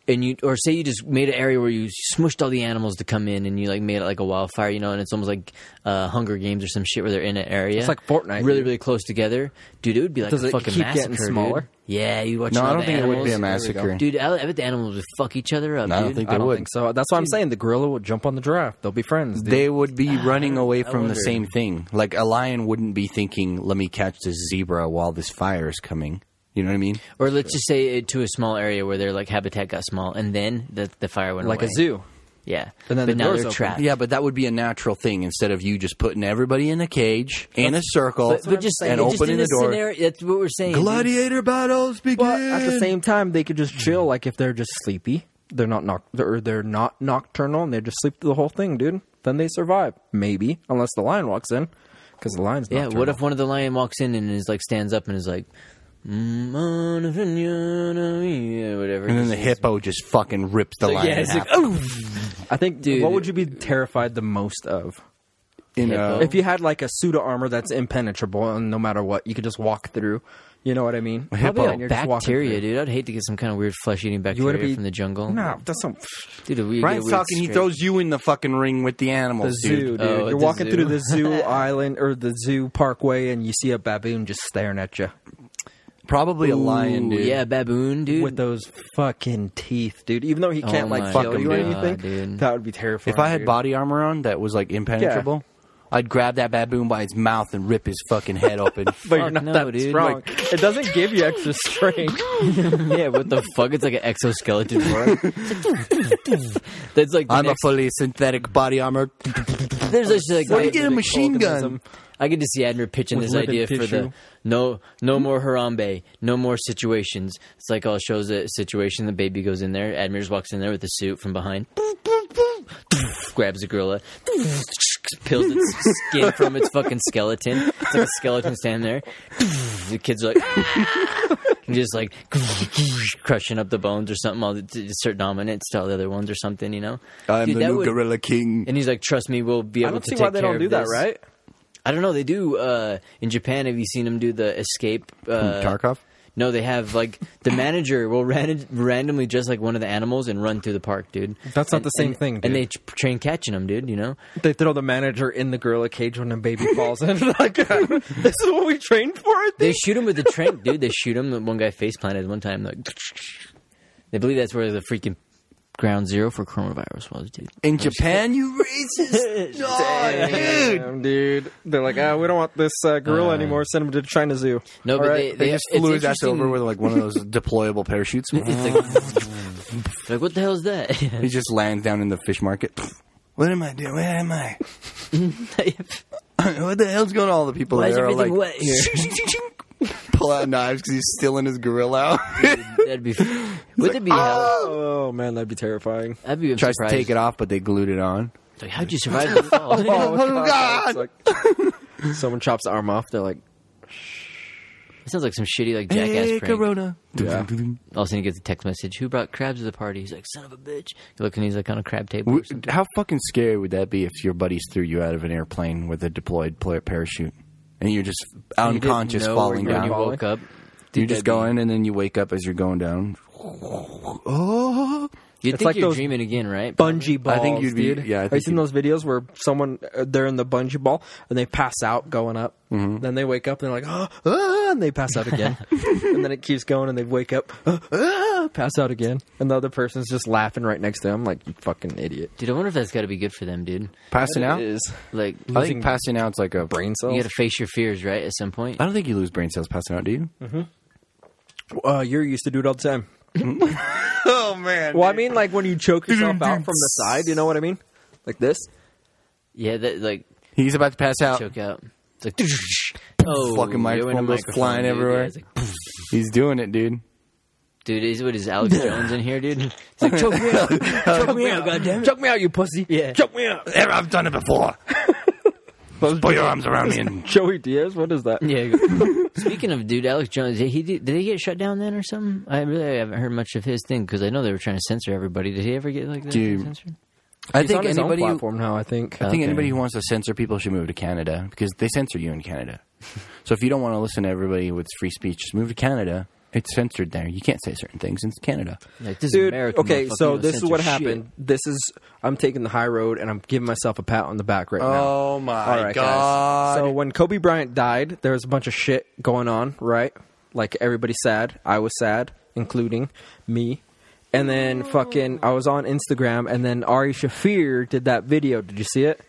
S7: and you or say you just made an area where you smushed all the animals to come in and you like made it like a wildfire, you know, and it's almost like uh, Hunger Games or some shit where they're in an area.
S6: It's like Fortnite,
S7: really,
S6: dude.
S7: really close together, dude. It would be like
S6: Does
S7: a
S6: it
S7: fucking
S6: keep
S7: massacre.
S6: getting smaller?
S7: Dude. Yeah, you watch.
S5: No, I
S7: all
S5: don't
S7: the
S5: think it would
S7: animals.
S5: be a massacre.
S7: dude. I, I bet the animals would fuck each other up.
S5: No, I don't
S7: dude.
S5: think
S6: I
S5: they
S6: don't
S5: would.
S6: think so. That's why I'm saying the gorilla will jump on the giraffe. They'll be friends. Dude.
S5: they would be running away from
S7: wonder.
S5: the same thing. Like a lion wouldn't be thinking, "Let me catch this zebra while this fire is coming." You know what I mean?
S7: Or let's just say it to a small area where their like habitat got small, and then the the fire went
S6: like
S7: away.
S6: a zoo.
S7: Yeah,
S6: And then
S7: but
S6: the
S7: now
S6: doors
S7: they're
S6: open.
S7: trapped.
S5: Yeah, but that would be a natural thing instead of you just putting everybody in a cage in a circle
S7: but, but just
S5: and
S7: but just
S5: opening
S7: in
S5: the
S7: this
S5: door.
S7: Scenario, that's what we're saying. dude.
S5: Gladiator battles begin.
S6: But at the same time, they could just chill. Like if they're just sleepy, they're not noc- they're, they're not nocturnal, and they just sleep through the whole thing, dude. Then they survive, maybe, unless the lion walks in, because the lion's
S7: Yeah,
S6: Nocturnal.
S7: what if one of the lion walks in and is like stands up and is like, "Mm, on a vineyard, uh, yeah," whatever.
S5: and then the hippo just fucking rips the lion
S7: yeah,
S5: in
S7: it's
S5: half.
S7: like, oh,
S6: I think,
S7: Dude.
S6: dude, what would you be terrified the most of?
S5: you know?
S7: hippo.
S6: If you had like a pseudo armor that's impenetrable, and no matter what, you could just walk through. You know what I mean?
S7: probably
S6: And
S7: a
S6: you're just walking
S7: bacteria,
S6: through.
S7: dude. I'd hate to get some kind of weird flesh-eating
S6: You
S7: bacteria
S6: wouldn't be
S7: from the jungle.
S6: No, that's not
S7: dude, we get
S5: Ryan's
S7: weird
S5: talking. He
S7: straight-
S5: throws you in the fucking ring with the
S6: the
S5: animals,
S6: zoo, dude.
S5: dude.
S7: Oh,
S6: you're
S7: the
S6: walking
S7: zoo.
S6: through
S7: [laughs]
S6: the zoo island or the zoo parkway, and you see a baboon just staring at you.
S5: Probably a
S7: Ooh,
S5: lion, dude.
S7: Yeah, baboon, dude.
S6: with those fucking teeth, dude. Even though he can't
S7: my
S6: like kill
S5: fucking
S6: you or
S7: God,
S6: anything,
S7: dude.
S6: that would be terrifying.
S5: If I had
S6: dude.
S5: body armor on that was like impenetrable, I'd grab that baboon by its mouth and rip his fucking head
S7: [laughs]
S5: open.
S6: but you're
S7: Fuck
S6: not
S7: no,
S6: that
S7: dude.
S6: strong.
S7: Like-
S6: it doesn't give you [laughs] extra strength.
S7: yeah, what the fuck? It's like an exoskeleton for it. That's like the
S5: I'm a
S7: next-
S5: fully synthetic body armor.
S7: There's just like
S5: Where do you
S7: I-
S5: get a machine gun?
S7: I get to see Adner pitching
S6: With
S7: this
S6: lipid
S7: idea for the
S6: tissue.
S7: no, no more Harambe, no more situations. It's like all shows a situation. The baby goes in there. Admirals walks in there with a suit from behind, grabs a gorilla, peels its skin from its fucking skeleton. It's like a skeleton standing there. The kids are like. and Just like [laughs] crushing up the bones or something, all the to assert dominance to all the other ones or something, you know.
S5: I'm
S7: Dude,
S5: the
S7: that
S5: new
S7: would-
S5: gorilla king.
S7: and he's like, "Trust me, we'll be
S6: I
S7: able
S6: don't
S7: to
S6: see
S7: take
S6: why they
S7: care
S6: don't
S7: of
S6: do that,
S7: this."
S6: right?
S7: I don't know. They do uh, in Japan. Have you seen them do the escape? Uh,
S5: Tarkov?
S7: No, they have like the manager will ran- randomly dress like one of the animals and run through the park, dude.
S6: That's not
S7: And-
S6: the same
S7: and-
S6: thing,
S7: And
S6: dude.
S7: they t- train catching them, dude. You know,
S6: They throw the manager in the gorilla cage when a [laughs] baby falls in. like, this is what we trained for. I
S7: they
S6: think.
S7: shoot him with the train, dude. They shoot him. The One guy face planted one time. Like, they believe that's where the freaking ground zero for coronavirus was, dude.
S5: In Japan, you
S7: [laughs]
S5: racist. No, dude.
S6: Damn, dude. They're like, ah, we don't want this uh, gorilla anymore. Send him to China Zoo.
S7: No, but
S6: Alright.
S7: they,
S5: They
S7: they
S5: just
S7: it's
S5: flew his ass
S7: interesting.
S5: over with like one of
S7: [laughs]
S5: those deployable parachutes.
S7: It's like, like, what the hell is that? [laughs]
S5: He just lands down in the fish market. [laughs] What am I doing? Where am I? [laughs] what the hell's going on? All the people
S7: Why is
S5: there are
S7: everything
S5: like,
S7: wet
S5: here? [laughs] pull out knives because he's still in his [laughs] gorilla outfit.
S7: That'd be. Would it be? hell?
S6: Oh man, that'd be terrifying.
S7: I'd be
S5: Tries
S7: surprised.
S5: to take it off, but they glued it on.
S7: Like, how'd you survive the fall?
S6: [laughs] Oh,
S5: God.
S6: It's [laughs] like- someone chops the arm off. They're like,
S7: It sounds like some shitty like jackass prank.
S5: Corona.
S6: Yeah.
S7: All of a sudden, he gets a text message. Who brought crabs to the party? He's like, son of a bitch. You look, and he's like on a crab table.
S5: W- How fucking scary would that be if your buddies threw you out of an airplane with a deployed pl- parachute and you're just
S7: You didn't
S5: unconscious
S7: know
S5: falling
S7: where you-
S5: down?
S7: When you woke up,
S5: you're
S7: Dude, that'd
S5: just
S7: be-
S5: going, and then you wake up as you're going down. Oh.
S7: You'd
S6: It's
S7: think
S6: like
S7: you're
S6: those
S7: dreaming again, right?
S6: bungee balls.
S5: I think you'd be-
S6: dude.
S5: yeah, I
S6: Have you
S5: think
S6: seen those videos where someone uh, they're in the bungee ball and they pass out going up,
S5: Mm-hmm.
S6: then they wake up and they're like, oh, ah, and they pass
S5: [laughs]
S6: out again, and then it keeps going and they wake up, "Ah, ah, pass out again, and the other person's just laughing right next to them like you fucking idiot.
S7: Dude, I wonder if that's got to be good for them, dude.
S5: Passing out?
S6: It is
S7: Like, you
S5: I
S7: got
S5: think passing out's like a
S6: brain cells.
S7: to face your fears, right? At some point.
S5: I don't think you lose brain cells passing out, do you?
S6: Uh, you're used to do it all the time. oh man. Well, I mean, like when you choke yourself out from the side, you know what I mean? Like this.
S7: Yeah, that like
S5: He's about to pass out.
S7: choke out. It's like, oh,
S5: Fucking
S7: yeah, when a
S5: microphone goes flying
S7: dude,
S5: everywhere.
S7: yeah, it's like,
S5: He's doing it, dude.
S7: dude, is what is
S6: [laughs]
S7: Alex Jones in here, dude? He's like, choke me out, choke me out, goddamn.
S6: Choke me out, you pussy.
S7: Yeah.
S6: Choke me out.
S5: Ever, I've done it [laughs] before. Put your arms around me [laughs] and
S6: Joey Diaz, what is that?
S7: Yeah. [laughs] Speaking of dude, Alex Jones, did he did he get shut down then or something? I really haven't heard much of his thing because I know they were trying to censor everybody. Did he ever get like that
S5: Dude.
S7: censored?
S5: I
S6: He's
S5: think
S6: on his own
S5: anybody. Who,
S6: platform now. I think.
S5: I think
S7: Okay.
S5: anybody who wants to censor people should move to Canada because they censor you in Canada. so if you don't want to listen to everybody with free speech, just move to Canada. It's censored there. You can't say certain things in Canada.
S7: Like this is
S6: Dude,
S7: America.
S6: okay,
S7: motherfucker.
S6: so
S7: You don't
S6: this is
S7: censor
S6: what
S7: shit.
S6: happened. This is I'm taking the high road and I'm giving myself a pat on the back right now.
S5: Oh my
S6: All right, guys. So when Kobe Bryant died, there was a bunch of shit going on, right? Like everybody's sad. I was sad, including me. And then fucking, I was on Instagram, and then Ari Shafir did that video. Did you see it?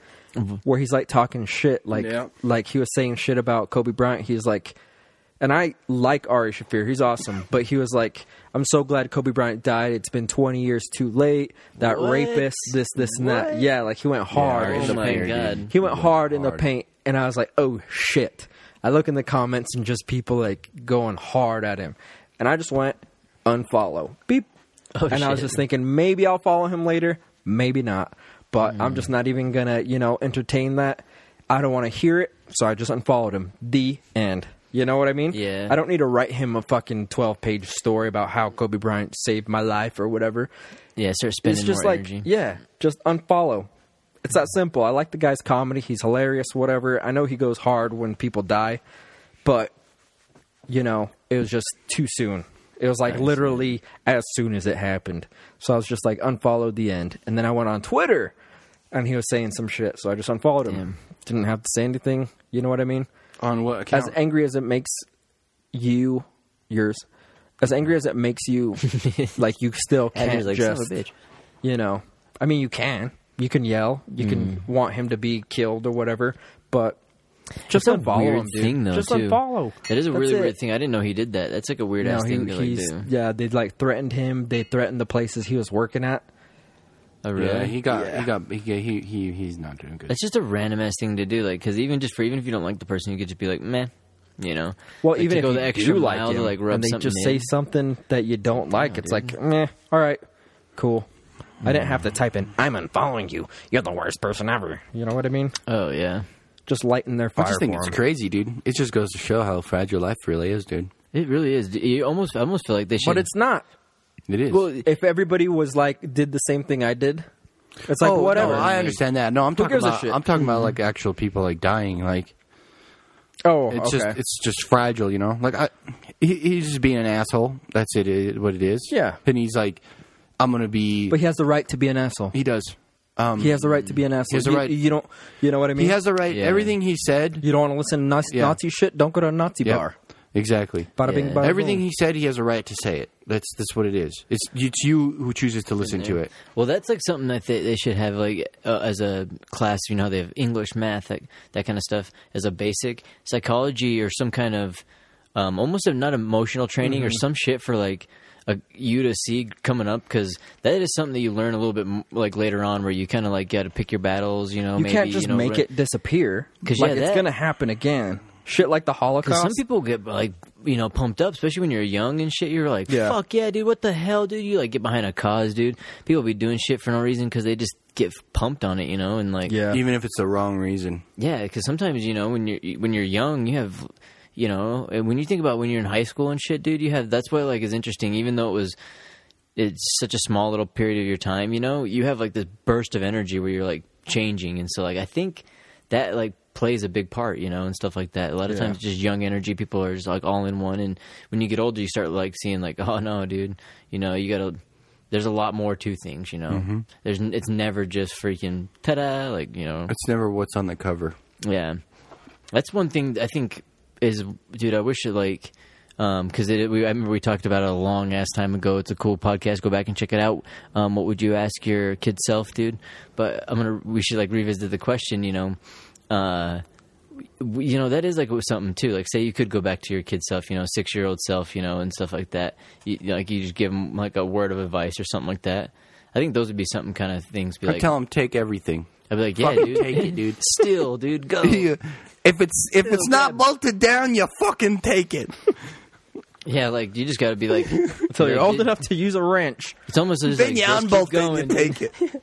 S6: Where he's like talking shit, like
S5: Mm-hmm. Yeah.
S6: like he was saying shit about Kobe Bryant. He's like, and I like Ari Shafir. He's awesome. But he was like, I'm so glad Kobe Bryant died. It's been 20 years too late. That
S7: What?
S6: rapist, this, this, and that. Yeah, like he went hard
S5: Ari
S6: in the
S7: Shafir,
S6: paint.
S7: dude.
S6: He went hard in the
S5: hard.
S6: paint. And I was like, oh, shit. I look in the comments and just people like going hard at him. And I just went, unfollow. Beep.
S7: Oh,
S6: and I was
S7: shit.
S6: just thinking, maybe I'll follow him later. Maybe not. But I'm just not even going to, you know, entertain that. I don't want to hear it. So I just unfollowed him. The end. You know what I mean?
S7: Yeah.
S6: I don't need to write him a fucking 12 page story about how Kobe Bryant saved my life or whatever.
S7: Yeah, start spending
S6: it's just
S7: more
S6: like,
S7: energy.
S6: yeah, just unfollow. It's that simple. I like the guy's comedy. He's hilarious, whatever. I know he goes hard when people die, but, you know, it was just too soon. It was like literally as soon as it happened. So I was just like, unfollowed the end. And then I went on Twitter and he was saying some shit. So I just unfollowed him. Didn't have to say anything. You know what I mean?
S5: On what account?
S6: as angry as it makes you yours as angry as it
S7: [laughs]
S6: makes you like you still can't
S7: Andrew's like, son of
S6: just
S7: a bitch.
S6: you know i mean you can you can yell you can want him to be killed or whatever but just
S7: That's a
S6: unfollow
S7: weird
S6: him dude.
S7: thing, though,
S6: just
S7: too.
S6: unfollow
S7: That is a
S6: That's
S7: really
S6: it.
S7: weird thing. I didn't know he did that. That's like a weird
S6: no,
S7: ass
S6: he,
S7: thing to like
S6: he's,
S7: do.
S6: yeah they like threatened him they threatened the places he was working at
S7: Oh, really?
S5: yeah, he got he got he, got- he he he's not doing good.
S7: That's just a random ass thing to do. Like, because even just for even if you don't like the person, you could just be like, meh. You know.
S6: Well,
S7: Like,
S6: even
S7: to
S6: if
S7: go
S6: you
S7: the extra
S6: do like
S7: mile
S6: him,
S7: to like rub
S6: and they
S7: something
S6: just
S7: in.
S6: say something that you don't like, it's like, meh, all right, cool. I didn't have to type in, I'm unfollowing you. You're the worst person ever. Mm. You know what I mean?
S7: Oh yeah,
S6: Just lighten their fire
S5: I just think
S6: for
S5: it's
S6: 'em.
S5: crazy, dude. It just goes to show how fragile life really is, dude.
S7: it really is. You almost I almost feel like they should.
S6: But it's not.
S5: It is.
S7: Well,
S6: If everybody was like, did the same thing I did, it's like,
S5: oh,
S6: whatever.
S5: No, I understand that. No, I'm talking
S6: gives a
S5: about
S6: shit?
S5: I'm talking about like actual people like dying. Like
S6: Oh,
S5: it's
S6: okay.
S5: just it's just fragile, you know. Like I, he, he's just being an asshole. That's it. it. What it is.
S6: Yeah.
S5: And he's like, I'm gonna be.
S6: but he has the right to be an asshole.
S5: he does. Um,
S6: He has the right to be an asshole.
S5: has the
S6: You-
S5: right-
S6: You, don't, you know what I mean?
S5: He has the right.
S7: Yeah.
S5: Everything he said.
S6: you don't want to listen to Nazi,
S5: Yeah.
S6: Nazi shit? Don't go to a Nazi
S5: Yep.
S6: bar.
S5: Exactly.
S6: Bada
S7: Yeah.
S6: bing, bada
S5: Everything
S6: boom.
S5: he said, he has a right to say it. That's that's what it is. It's it's you who chooses to listen to it.
S7: Well, that's like something that they, they should have like uh, as a class. You know, they have English, math, that, that kind of stuff as a basic psychology or some kind of um, almost a, not emotional training
S6: Mm-hmm.
S7: or some shit for like a, you to see coming up because that is something that you learn a little bit m- like later on where you kind of like got to pick your battles. You know,
S6: You
S7: maybe,
S6: can't just
S7: you know,
S6: make
S7: right-
S6: it disappear
S7: 'Cause,
S6: like
S7: yeah,
S6: it's
S7: that-
S6: gonna happen again. Shit like the Holocaust.
S7: Because some people get like you know pumped up, especially when you're young and shit. You're like,
S6: Yeah.
S7: fuck yeah, dude, what the hell, dude? You like get behind a cause, dude. People be doing shit for no reason because they just get pumped on it, you know, and like
S6: Yeah.
S5: Even if it's the wrong reason.
S7: yeah, because sometimes you know when you're when you're young, you have you know and when you think about when you're in high school and shit, dude. You have that's why like is interesting, even though it was it's such a small little period of your time. You know, you have like this burst of energy where you're like changing, and so like I think that like plays a big part, you know, and stuff like that. A lot of times, just young energy people are just like all in one, and when you get older, you start like seeing like, [laughs] oh no, dude, you know, you gotta. There's a lot more to things, you know. There's n- it's never just freaking ta-da, like you know.
S5: It's never what's on the cover.
S7: Yeah, that's one thing I think is, dude. I wish it like because it we I remember we talked about it a long ass time ago. It's a cool podcast. Go back and check it out. Um, what would you ask your kid self, dude? But I'm gonna we should like revisit the question. You know. Uh, w- you know that is like something too. Like, say you could go back to your kid self, you know, six year old self, you know, and stuff like that. You, like, you just give them like a word of advice or something like that. I think those would be something kind of things. Be
S5: I
S7: like,
S5: tell him take everything.
S7: I'd be like, yeah,
S5: Fucking
S7: dude, [laughs]
S5: take it, dude.
S7: Still, dude,
S5: [laughs]
S7: go.
S5: If it's if it's not bolted down, you fucking take [laughs] it.
S7: Yeah, like you just got to be like
S6: until you're
S7: like,
S6: old
S7: it-
S6: enough to use a wrench.
S7: It's almost just
S5: Then
S7: like,
S5: you
S7: just
S5: unbolt
S7: keep
S5: it,
S7: going,
S5: you take it.
S7: dude.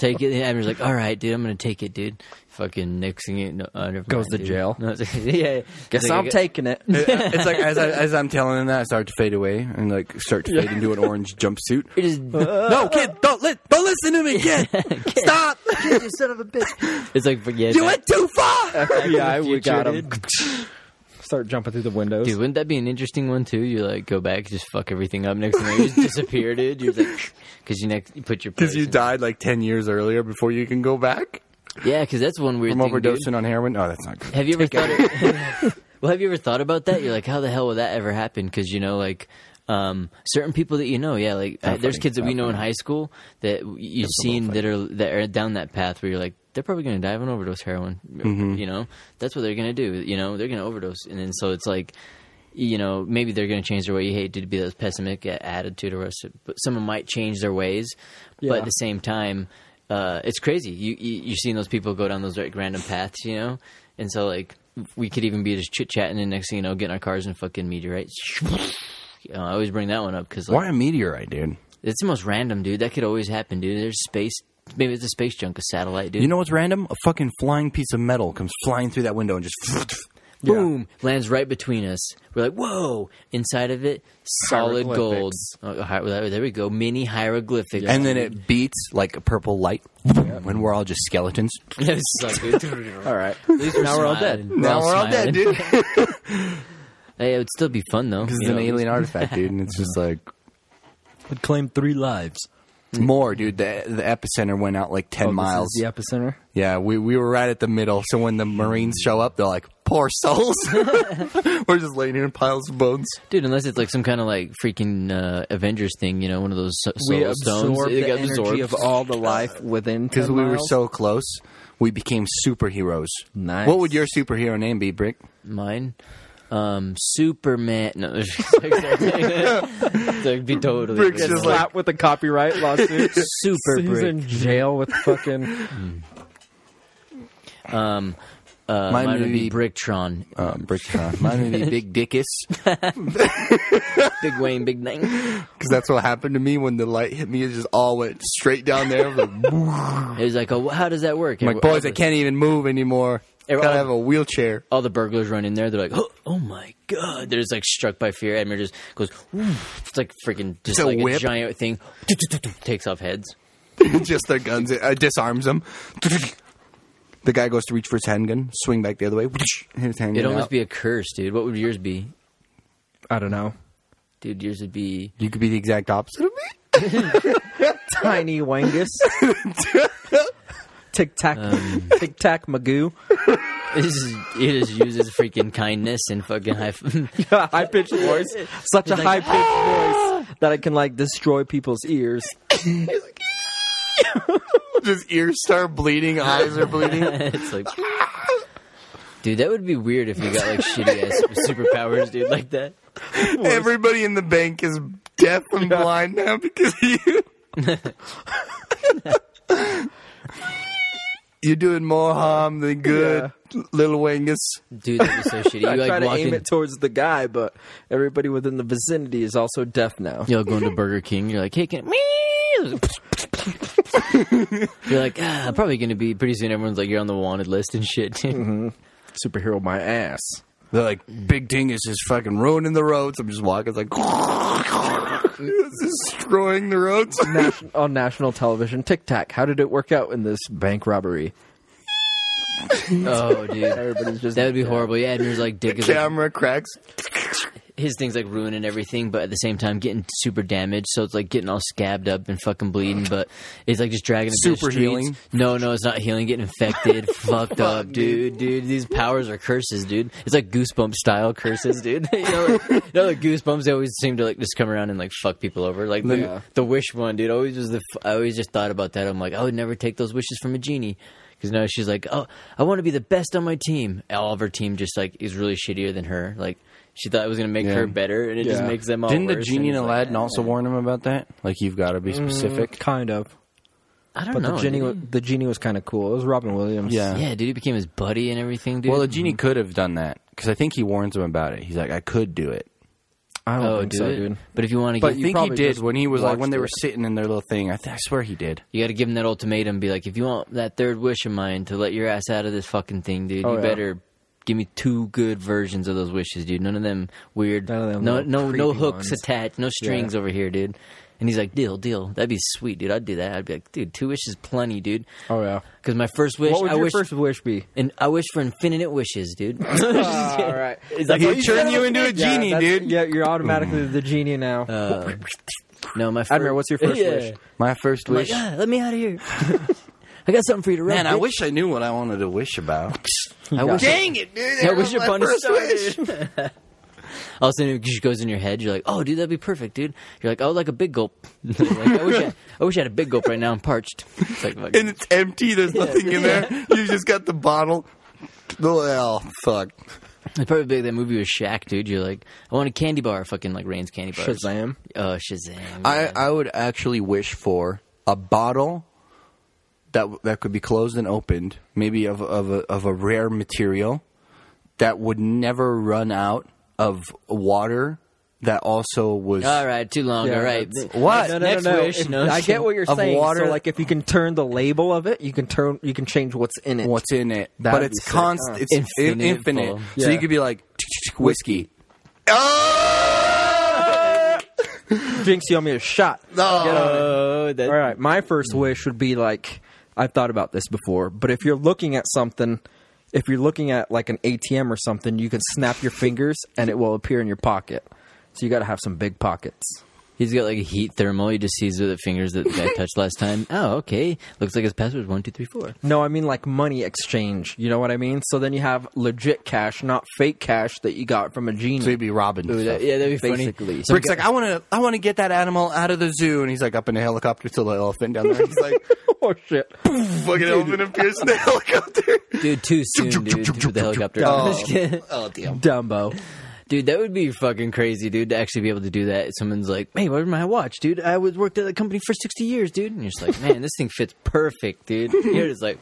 S7: take it. And Abner's like, all right, dude, I'm gonna take it, dude. Fucking nixing it. No, uh, never
S6: Goes
S7: mind,
S6: to
S7: dude.
S6: jail.
S7: No, [laughs] it's- yeah,
S6: Guess
S7: It's like,
S6: I'm
S7: [laughs] I-
S6: taking it.
S5: [laughs] it's like as, I, as I'm telling him that, I start to fade away and like start to fade into an orange jumpsuit.
S7: It is.
S5: no, kid, don't li- don't listen to me, kid. [laughs] Stop.
S7: you son of a bitch. [laughs] It's like, yeah,
S5: You
S7: that-
S5: went too [laughs] far.
S6: [laughs] yeah, we
S7: Future,
S6: got him. Start jumping through the windows.
S7: Dude, wouldn't that be an interesting one too? You like go back, just fuck everything up. Next thing you just disappear, dude. You're like, [laughs] because you next you
S5: [laughs]
S7: put your
S5: Because you
S7: place in-
S5: died like ten years earlier before you can go back
S7: Yeah, because that's one weird
S5: from
S7: thing. dude.
S5: overdosing on heroin. Oh, that's not good.
S7: [laughs] Have you ever thought? Of, [laughs] well, have you ever thought about that? You're like, how the hell would that ever happen? Because you know, like um, certain people that you know, yeah, like I, there's
S5: funny,
S7: kids that
S5: not
S7: we know in
S5: funny.
S7: high school that w- you've seen that are that are down that path where you're like, they're probably going to die of an overdose heroin. You know, that's what they're going to do. You know, they're going to overdose, and then so it's like. you know, maybe they're going to change their way. You hate to be those pessimistic a- attitude or us, but someone might change their ways. But
S6: Yeah.
S7: at the same time, uh, it's crazy. You, you you're seeing those people go down those like random paths, you know, and so like we could even be just chit chatting, and next thing you know, getting our cars and fucking meteorites. Uh, I always bring that one up because like,
S5: Why a meteorite, dude?
S7: it's the most random, dude. That could always happen, dude. There's space. Maybe it's a space junk, a satellite, dude.
S5: You know what's random? A fucking flying piece of metal comes flying through that window and just.
S7: boom, lands right between us. We're like, whoa! Inside of it, solid gold. Oh, hi- well, there we go, mini hieroglyphics.
S5: And
S7: [laughs]
S5: then it beats like a purple light when we're all just skeletons.
S7: It's like, dude,
S6: All right.
S7: now we're all dead.
S5: Now we're all dead, dude. Because
S7: Hey, it would still be fun though.
S5: it's
S7: you
S5: an
S7: know?
S5: alien artifact, dude, and it's just like
S6: Would claim three lives.
S5: more, dude. The the epicenter went out like
S6: Oh,
S5: ten miles.
S6: the epicenter.
S5: Yeah, we we were right at the middle. So when the Marines show up, they're like, "Poor
S6: [laughs]
S5: souls." we're just laying here in piles of bones.
S7: dude. Unless it's like some kind of like freaking uh, Avengers thing, you know, one of those so-
S6: we
S7: solar stones.
S6: absorb
S7: It
S6: the
S7: got
S6: energy
S7: absorbed.
S6: of all the life within.
S5: Because
S6: 10
S5: we were
S6: miles.
S5: so close, we became superheroes.
S6: Nice.
S5: What would your superhero name be, Brick?
S7: mine. Um, Superman. No, [laughs] that'd be totally.
S5: Brick's
S7: original.
S5: just like-
S6: Slapped with a copyright [laughs] lawsuit.
S7: Super
S6: He's
S7: Brick.
S6: in jail with fucking.
S7: Uh,
S5: Mine
S7: mine,
S5: would
S7: would be
S5: be-
S7: Bricktron.
S5: Uh, Brick. Mine would be Big Dickus.
S7: Big Wayne, Big Nine.
S5: Because that's what happened to me when the light hit me. It just all went straight down [laughs] there. I was like,
S7: It was like, oh, how does that work?
S5: I'm like,
S7: Everyone-
S5: boys, I can't even move anymore.
S7: Hey,
S5: Gotta
S7: Rob.
S5: have a wheelchair.
S7: All the burglars run in there. They're like, oh, oh my god! They're just like struck by fear. Edmure just goes, "Oof." it's like freaking, just
S5: a
S7: like a
S5: whip.
S7: giant thing. Takes off heads.
S5: just their guns. It uh, disarms them. the guy goes to reach for his handgun, swing back the other way. hit his handgun
S7: It'd almost
S5: out.
S7: be a curse, dude. What would yours be,
S6: I don't know.
S7: dude? Yours would be [laughs]
S5: you could be the exact opposite of me.
S6: Tiny [laughs] Wangus. Tic Tac. Tic Tac Magoo.
S7: it just, it just uses freaking kindness and fucking high. f-
S6: [laughs]
S7: [laughs]
S6: high pitched voice. Such a
S7: He's
S6: high
S7: like,
S6: pitched voice that I can like destroy people's [laughs] ears.
S5: His ears start bleeding, eyes
S7: [laughs]
S5: are bleeding.
S7: it's like, dude, that would be weird if you got like shitty ass superpowers, dude, like that.
S5: Everybody in the bank is deaf and blind now because of you.
S7: [laughs]
S5: You're doing more harm than good, little Wingus.
S7: Dude, that'd be so shitty.
S5: [laughs]
S7: You
S6: I try
S7: like
S6: to
S7: walk
S6: aim
S7: in,
S6: it towards the guy, but everybody within the vicinity is also deaf now.
S7: you know, going to Burger King, you're like, hey, can [laughs] me? you're like, ah, I'm probably going to be pretty soon. Everyone's like, you're on the wanted list and shit. [laughs]
S5: Mm-hmm.
S6: Superhero my ass.
S5: They're like, Big Dingus is fucking ruining the roads. I'm just walking. It's like, [laughs] it's destroying the roads.
S6: Nas- on national television, Tic Tac. How did it work out in this bank robbery?
S7: oh, dude.
S6: Everybody's just
S7: That would be horrible. Yeah, and there's like dick. Is like,
S5: Camera cracks.
S7: his thing's like ruining everything, but at the same time getting super damaged. So it's like getting all scabbed up and fucking bleeding. But it's like just dragging it to the
S5: Super
S7: streets.
S5: healing.
S7: No, no, it's not healing. Getting
S6: [laughs]
S7: infected, fucked up, dude. Dude, these powers are curses, dude. It's like goosebump style curses, dude. [laughs] you know, like, you know, like goosebumps. They always seem to like just come around and like fuck people over. Like the,
S6: Yeah.
S7: the wish one, dude. Always was the. F- I always just thought about that. I'm like, I would never take those wishes from a genie. Because now she's like, oh, I want to be the best on my team. All of her team just like is really shittier than her. Like she thought it was gonna make her better, and it just
S6: Yeah.
S7: makes them all.
S5: Didn't the
S7: worse,
S5: genie and
S7: it's like,
S5: Aladdin also warn him about that? Like, you've got to be
S6: Mm,
S5: specific.
S6: Kind of.
S7: I don't
S6: But
S7: know.
S6: the genie,
S7: dude.
S6: wa- the genie was kind of cool. It was Robin Williams.
S5: Yeah.
S7: yeah, dude, he became his buddy and everything, dude.
S5: Well, the genie could have done that because I think he warns him about it. He's like, I could do it.
S6: I don't
S7: oh,
S6: think
S7: do
S6: so,
S7: it.
S6: dude.
S7: But if you want to,
S5: But
S7: get,
S5: I think he
S6: probably
S5: did
S6: just
S5: when he was like when they were
S6: watched
S5: sitting in their little thing. I, th- I swear he did.
S7: You got to give him that ultimatum. Be like, if you want that third wish of mine to let your ass out of this fucking thing, dude,
S6: Oh,
S7: you
S6: yeah.
S7: better give me two good versions of those wishes, dude. None of them weird.
S6: None of them
S7: no,
S6: little
S7: no, no
S6: creepy
S7: hooks
S6: ones.
S7: attached. No strings over here, dude. And he's like, deal, deal. That'd be sweet, dude. I'd do that. I'd be like, dude, two wishes plenty, dude.
S6: Oh yeah.
S7: Because my first wish,
S6: What would
S7: I
S6: your
S7: wish,
S6: first wish [laughs] be?
S7: and I wish for infinite wishes,
S6: [laughs]
S7: dude. [laughs]
S6: All right.
S5: Like, he'd turn you into a
S6: Yeah,
S5: genie,
S6: that's-
S5: dude.
S6: Yeah, you're automatically the genie now.
S7: no, my. First,
S6: Admiral, what's your first
S7: [laughs] Yeah.
S6: wish?
S5: My first
S7: I'm like,
S5: wish.
S7: "Ah, let me out of
S6: [laughs]
S7: here. [laughs] I got something for you to rub.
S5: [laughs] Man, I
S7: bitch."
S5: wish I knew what I wanted to wish about.
S7: I wish.
S5: [laughs] Dang it, dude!
S7: I wish
S5: That was my
S7: upon a
S5: first
S7: star,
S5: wish.
S7: All of a sudden, it just goes in your head. You're like, "Oh, dude, that'd be perfect, dude." You're like, "Oh, like a big gulp." [laughs] like, I wish I, I wish I had a big gulp right now. I'm parched. It's like, fuck.
S5: [laughs] and it's empty. There's nothing in there. You just got the bottle. Oh fuck!
S7: It's probably big that movie with Shaq, dude. You're like, I want a candy bar. Fucking like Rain's candy bar.
S6: Shazam.
S7: Oh, Shazam.
S5: I,
S7: yeah.
S5: I would actually wish for a bottle that w- that could be closed and opened, maybe of of a, of a rare material that would never run out of water. That also was
S7: All right, too long. All right.
S6: th-
S5: What?
S6: No, no,
S7: Next
S6: no, no.
S7: wish,
S6: If-
S7: no
S6: I get what you're
S5: Of
S6: saying.
S5: water-
S6: So, like, if you can turn the label of it, you can turn, you can change what's in it.
S5: what's in it,
S6: That
S5: but
S6: would
S5: it's
S6: be sick.
S5: constant.
S6: Uh,
S5: it's infinite.
S7: Infinite
S5: infinite.
S7: full.
S5: So you
S6: Yeah.
S5: could be like whiskey. Ah!
S6: Jinx, you owe me a shot. Get on it.
S7: Oh, that.
S6: All right, my first wish would be like I've thought about this before, but if you're looking at something, if you're looking at like an ATM or something, you can snap your fingers and it will appear in your pocket. So you got to have some big pockets.
S7: He's got like a heat thermal. He just sees the fingers that I touched last time. Oh, okay. Looks like his password is one two three four.
S6: No, I mean like money exchange. You know what I mean? So then you have legit cash, not fake cash that you got from a genie.
S5: So you'd be robbing. stuff.
S7: yeah, that'd be
S6: Basically.
S7: funny.
S6: So-
S7: So,
S5: Rick's like, I want to, I want to get that animal out of the zoo, and he's like up in a helicopter to the elephant down there. He's like,
S6: [laughs] oh shit!
S5: [laughs] fucking elephant appears in [laughs] the helicopter.
S7: dude, too soon, dude. with the helicopter. I'm just kidding.
S5: Oh damn!
S6: Dumbo.
S7: Dude, that would be fucking crazy, dude, to actually be able to do that. Someone's like, hey, where's my watch, dude? I was worked at the company for 60 years, dude. And you're just like, man, this thing fits perfect,
S6: [laughs]
S7: dude. You're just like,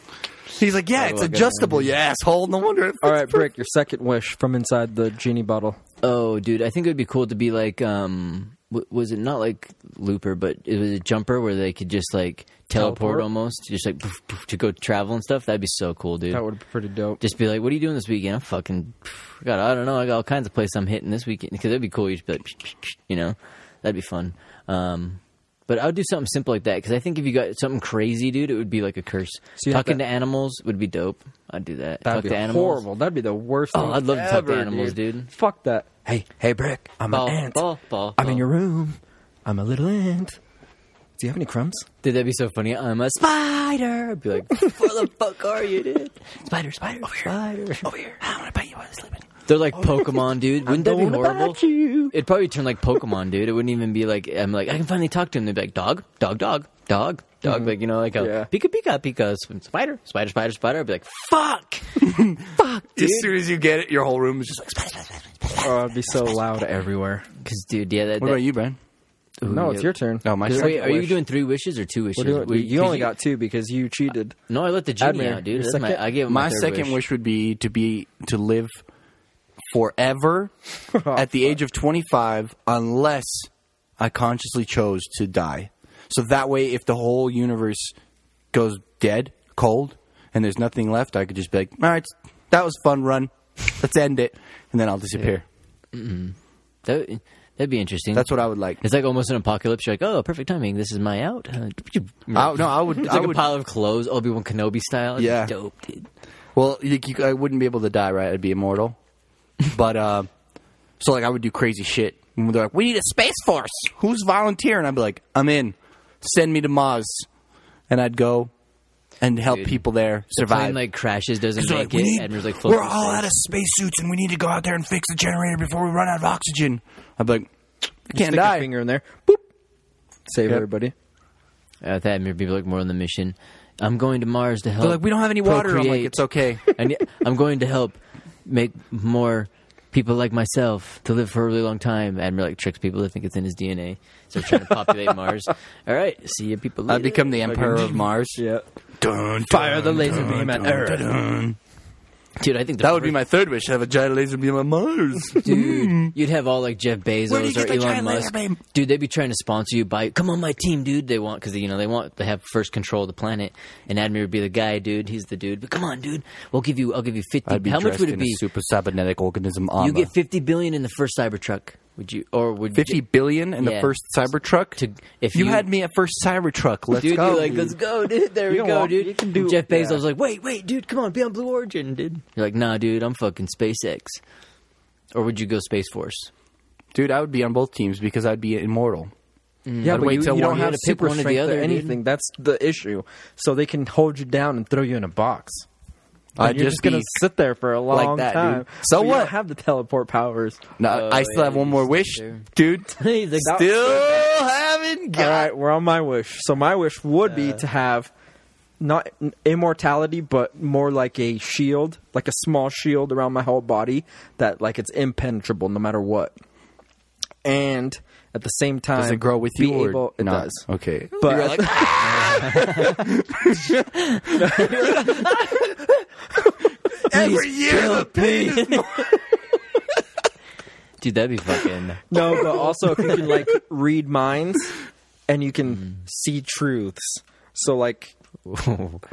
S5: He's like, yeah, it's
S7: look at
S5: adjustable, you asshole. No wonder. It
S6: All right, Brick, your second wish from inside the genie bottle.
S7: oh, dude, I think it would be cool to be like, um, w- was it not like Looper, but it was a jumper where they could just like teleport,
S6: Teleport?
S7: almost, just like poof, poof, to go travel and stuff. That'd be so cool, dude.
S6: That would be pretty dope.
S7: just be like, what are you doing this weekend? I'm fucking, God, I don't know. I got all kinds of places I'm hitting this weekend because that'd be cool. You'd just be like, you know, that'd be fun. Um, but I would do something simple like that because I think if you got something crazy, dude, it would be like a curse.
S6: So you have
S7: Talking
S6: that-
S7: to animals would be dope. I'd do that.
S6: That'd
S7: Talk
S6: be
S7: to animals.
S6: horrible. That'd be the worst.
S7: Oh,
S6: thing
S7: I'd love to talk to
S6: ever,
S7: animals, dude.
S6: Fuck that. Hey, hey, Brick. I'm
S7: Ball,
S6: an ant.
S7: ball, ball,
S6: I'm in
S7: ball.
S6: your room. I'm a little ant. Do you have any crumbs?
S7: Dude, that'd be so funny. I'm a spider. I'd be like, where the fuck are you,
S6: [laughs]
S7: dude? Spider, spider, spider.
S5: Over here. I'm gonna bite you while I'm sleeping.
S7: They're
S5: Oh,
S7: like Pokemon, dude. Wouldn't that be
S6: gonna
S7: horrible?
S6: bite you.
S7: It'd probably turn like Pokemon, dude. It wouldn't even be like I'm like I can finally talk to him. They'd be like dog, dog, dog, dog, dog.
S5: Mm-hmm.
S7: Like you know, like a
S6: Yeah.
S7: pika pika pika s- spider, spider, spider, spider. I'd be like fuck, fuck, dude.
S5: As soon as you get it, your whole room is just like. Spider, spider, spider, spider.
S6: Oh, it'd be so loud everywhere.
S7: Because dude, yeah. That,
S5: What
S7: that,
S5: about you, Brian?
S7: ooh,
S6: No,
S7: yeah.
S6: it's your turn.
S5: No, my
S7: Dude,
S5: second
S7: Wait, are you
S5: wish.
S7: doing three wishes or two wishes?
S6: What do you,
S7: We-
S6: you only
S7: 'cause
S6: got two because you cheated.
S7: No, I let the genie
S6: Admir,
S7: out, dude.
S6: your
S7: That's
S6: second-
S7: my. I gave him
S5: My second wish would be to be to live [laughs] forever at the age of 25 unless I consciously chose to die. So that way if the whole universe goes dead, cold and there's nothing left, I could just be like, "All right, that was a fun run. Let's end it." And then I'll disappear.
S7: That, that'd be interesting.
S5: That's what I would like.
S7: It's like almost an apocalypse. You're like, oh, perfect timing. This is my out. [laughs] Uh,
S5: I, no, I would
S7: It's
S5: I
S7: like a
S5: would
S7: pile of clothes, Obi Wan Kenobi style. It'd be
S5: Yeah.
S7: dope, dude.
S5: Well, you, you, I wouldn't be able to die, right? I'd be
S6: [laughs]
S5: immortal. But uh, so like I would do crazy shit. And they're like, "We need a space force. Who's volunteering?" I'd be like, "I'm in. Send me to Mars." And I'd go and help
S7: Dude.
S5: people there survive.
S7: Plane like crashes, doesn't
S5: 'Cause they're
S7: make
S5: like, we
S7: it.
S5: need-
S7: Admiral's like,
S5: we're all out of spacesuits, and we need to go out there and fix the generator before we run out of oxygen. I'd be like, "I can't
S6: Stick
S5: die."
S6: your finger in there. Boop. Save
S5: Yep.
S6: everybody.
S7: Uh, that Admiral people like more on the mission. I'm going to Mars to help.
S5: They're like, "We don't have any water." I'm like,
S7: procreate.
S5: "It's okay."
S7: I need- I'm going to help make more people like myself to live for a really long time. Admiral like tricks people to think it's in his DNA. So trying to
S5: [laughs]
S7: populate Mars. All right, see you people.
S5: I'd
S7: Later.
S5: become
S6: [laughs]
S5: the emperor of Mars.
S6: Yeah.
S5: Dun,
S6: Fire the
S5: dun,
S6: laser
S5: dun,
S6: beam at
S5: dun,
S6: Earth.
S5: dun.
S7: dude. I think the
S5: That would be
S7: first-
S5: my third wish. Have a giant laser beam on [laughs] Mars.
S7: dude. You'd have all like Jeff
S5: Mm-hmm. Where do you
S7: Bezos
S5: get
S7: or
S5: the
S7: Elon
S5: giant laser
S7: Musk.
S5: beam?
S7: Dude, they'd be trying to sponsor you by come on my team, dude. They want because you know they want they have first control of the planet, and Admiral would be the guy, dude. He's the dude. But come on, dude. We'll give you. I'll give you fifty.
S5: I'd be
S7: how much
S5: dressed
S7: would it
S5: in
S7: be?
S5: a super cybernetic organism armor.
S7: You get fifty billion in the first Cybertruck. Would you or would
S5: fifty billion in the
S7: Yeah.
S5: first Cybertruck.
S7: To- if
S5: you,
S7: you-
S5: had me at first Cybertruck, let's
S7: Dude,
S5: go.
S7: you're like, let's go, dude. There
S6: You
S7: we
S6: can
S7: go,
S6: walk-
S7: dude.
S6: you can do-
S7: Jeff Bezos
S6: yeah.
S7: was like, wait, wait, dude, come on, be on Blue Origin, dude. You're like, nah, dude, I'm fucking SpaceX. Or would you go Space Force? [laughs]
S5: Dude, I would be on both teams because I'd be immortal.
S6: Yeah,
S5: I'd
S6: but
S5: wait
S6: you,
S5: till
S6: you
S5: one-
S6: don't
S5: you
S6: have
S7: gotta pick
S6: super
S7: one or the
S6: strength
S7: other,
S6: or
S7: dude.
S6: anything. That's the issue. So they can hold you down and throw you in a box. And
S5: I'd
S6: you're
S5: just
S6: just gonna
S5: be-
S6: sit there for a long
S5: like that,
S6: time.
S5: dude. So
S6: You don't
S5: what?
S6: have the teleport powers.
S5: No, I still
S7: yeah,
S5: have one
S7: you
S5: more
S7: still
S5: wish,
S7: do.
S5: dude. [laughs]
S7: He's like,
S5: Still haven't
S6: All
S5: got.
S7: Uh.
S6: right, we're on my wish. So my wish would be to have not n- immortality, but more like a shield, like a small shield around my whole body that like it's impenetrable no matter what. And at the same time,
S5: Does it grow with
S6: be
S5: you or
S6: able- it
S5: not?
S6: does.
S5: Okay.
S6: But [laughs]
S7: You're like, "Ah!"
S5: Every year the pain is
S7: [laughs] dude, that'd be fucking.
S6: No, but also if you
S7: [laughs]
S6: can like read minds and you can
S5: Mm.
S6: see truths.
S5: [laughs]
S6: So like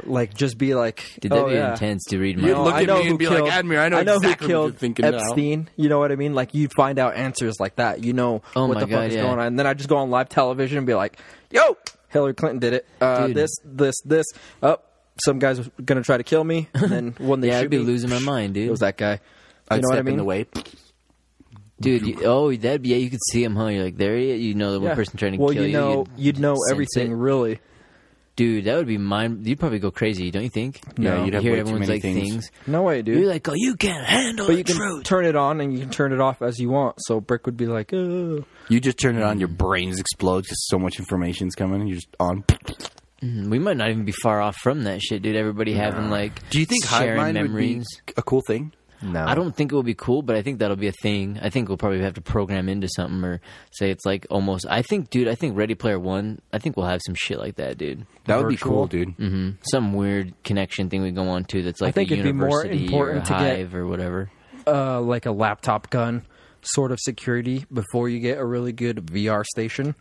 S6: like just be like
S7: Dude, that'd
S6: oh,
S7: be
S6: yeah.
S7: intense to read. My
S5: You'd
S6: Oh,
S5: look
S6: I
S5: at
S6: know
S5: me and
S6: who
S5: be like, "Admir, I know exactly what
S6: who
S5: you're
S6: killed
S5: thinking now."
S6: Epstein. You know what I mean? Like you find out answers like that. You know
S7: Oh
S6: what
S7: my
S6: the
S7: God,
S6: fuck is
S7: yeah.
S6: going on. And then I just go on live television and be like, "Yo, Hillary Clinton did it. Uh,
S7: Dude.
S6: this, this, this. Up, some guys was gonna try to kill me.
S7: [laughs]
S6: And then when they
S7: Yeah, I'd
S6: shoot
S7: be
S6: me,
S7: losing my mind, dude.
S6: It was that guy. You
S5: I'd
S6: know what I
S5: step
S6: mean?
S5: in the way.
S7: dude. You, oh, that'd be. Yeah, you could see him, huh? You're like, there he is. You know the one
S6: Yeah.
S7: person trying to
S6: well,
S7: kill
S6: you know,
S7: You'd-
S6: you'd know
S7: sense
S6: everything
S7: it.
S6: really.
S7: dude. That would be mind. You'd probably go crazy, don't you think?
S5: Yeah, No. you'd have
S7: hear
S5: way too
S7: everyone's
S5: many
S7: like
S5: things.
S6: No way, dude.
S7: You're like, oh, you can't handle
S6: but
S7: the
S6: you can
S7: truth.
S6: turn it on and you can turn it off as you want. So Brick would be like, "Ugh."
S5: You just turn it on, your brains explode because so much information's coming. and You're just on.
S7: we might not even be far off from that shit, dude. Everybody having like, sharing memories?
S5: would be a cool thing?
S6: no,
S7: I don't think it will be cool, but I think that'll be a thing. I think we'll probably have to program into something or say it's like almost. I think, dude. I think Ready Player One. I think we'll have some shit like that, dude.
S5: That would be
S6: Virtual.
S5: cool, dude.
S7: hmm Some weird connection thing we go on to that's like
S6: think
S7: a
S6: it'd be more
S7: university
S6: important
S7: or
S6: to get-
S7: hive or whatever.
S6: uh, like a laptop gun sort of security before you get a really good VR station,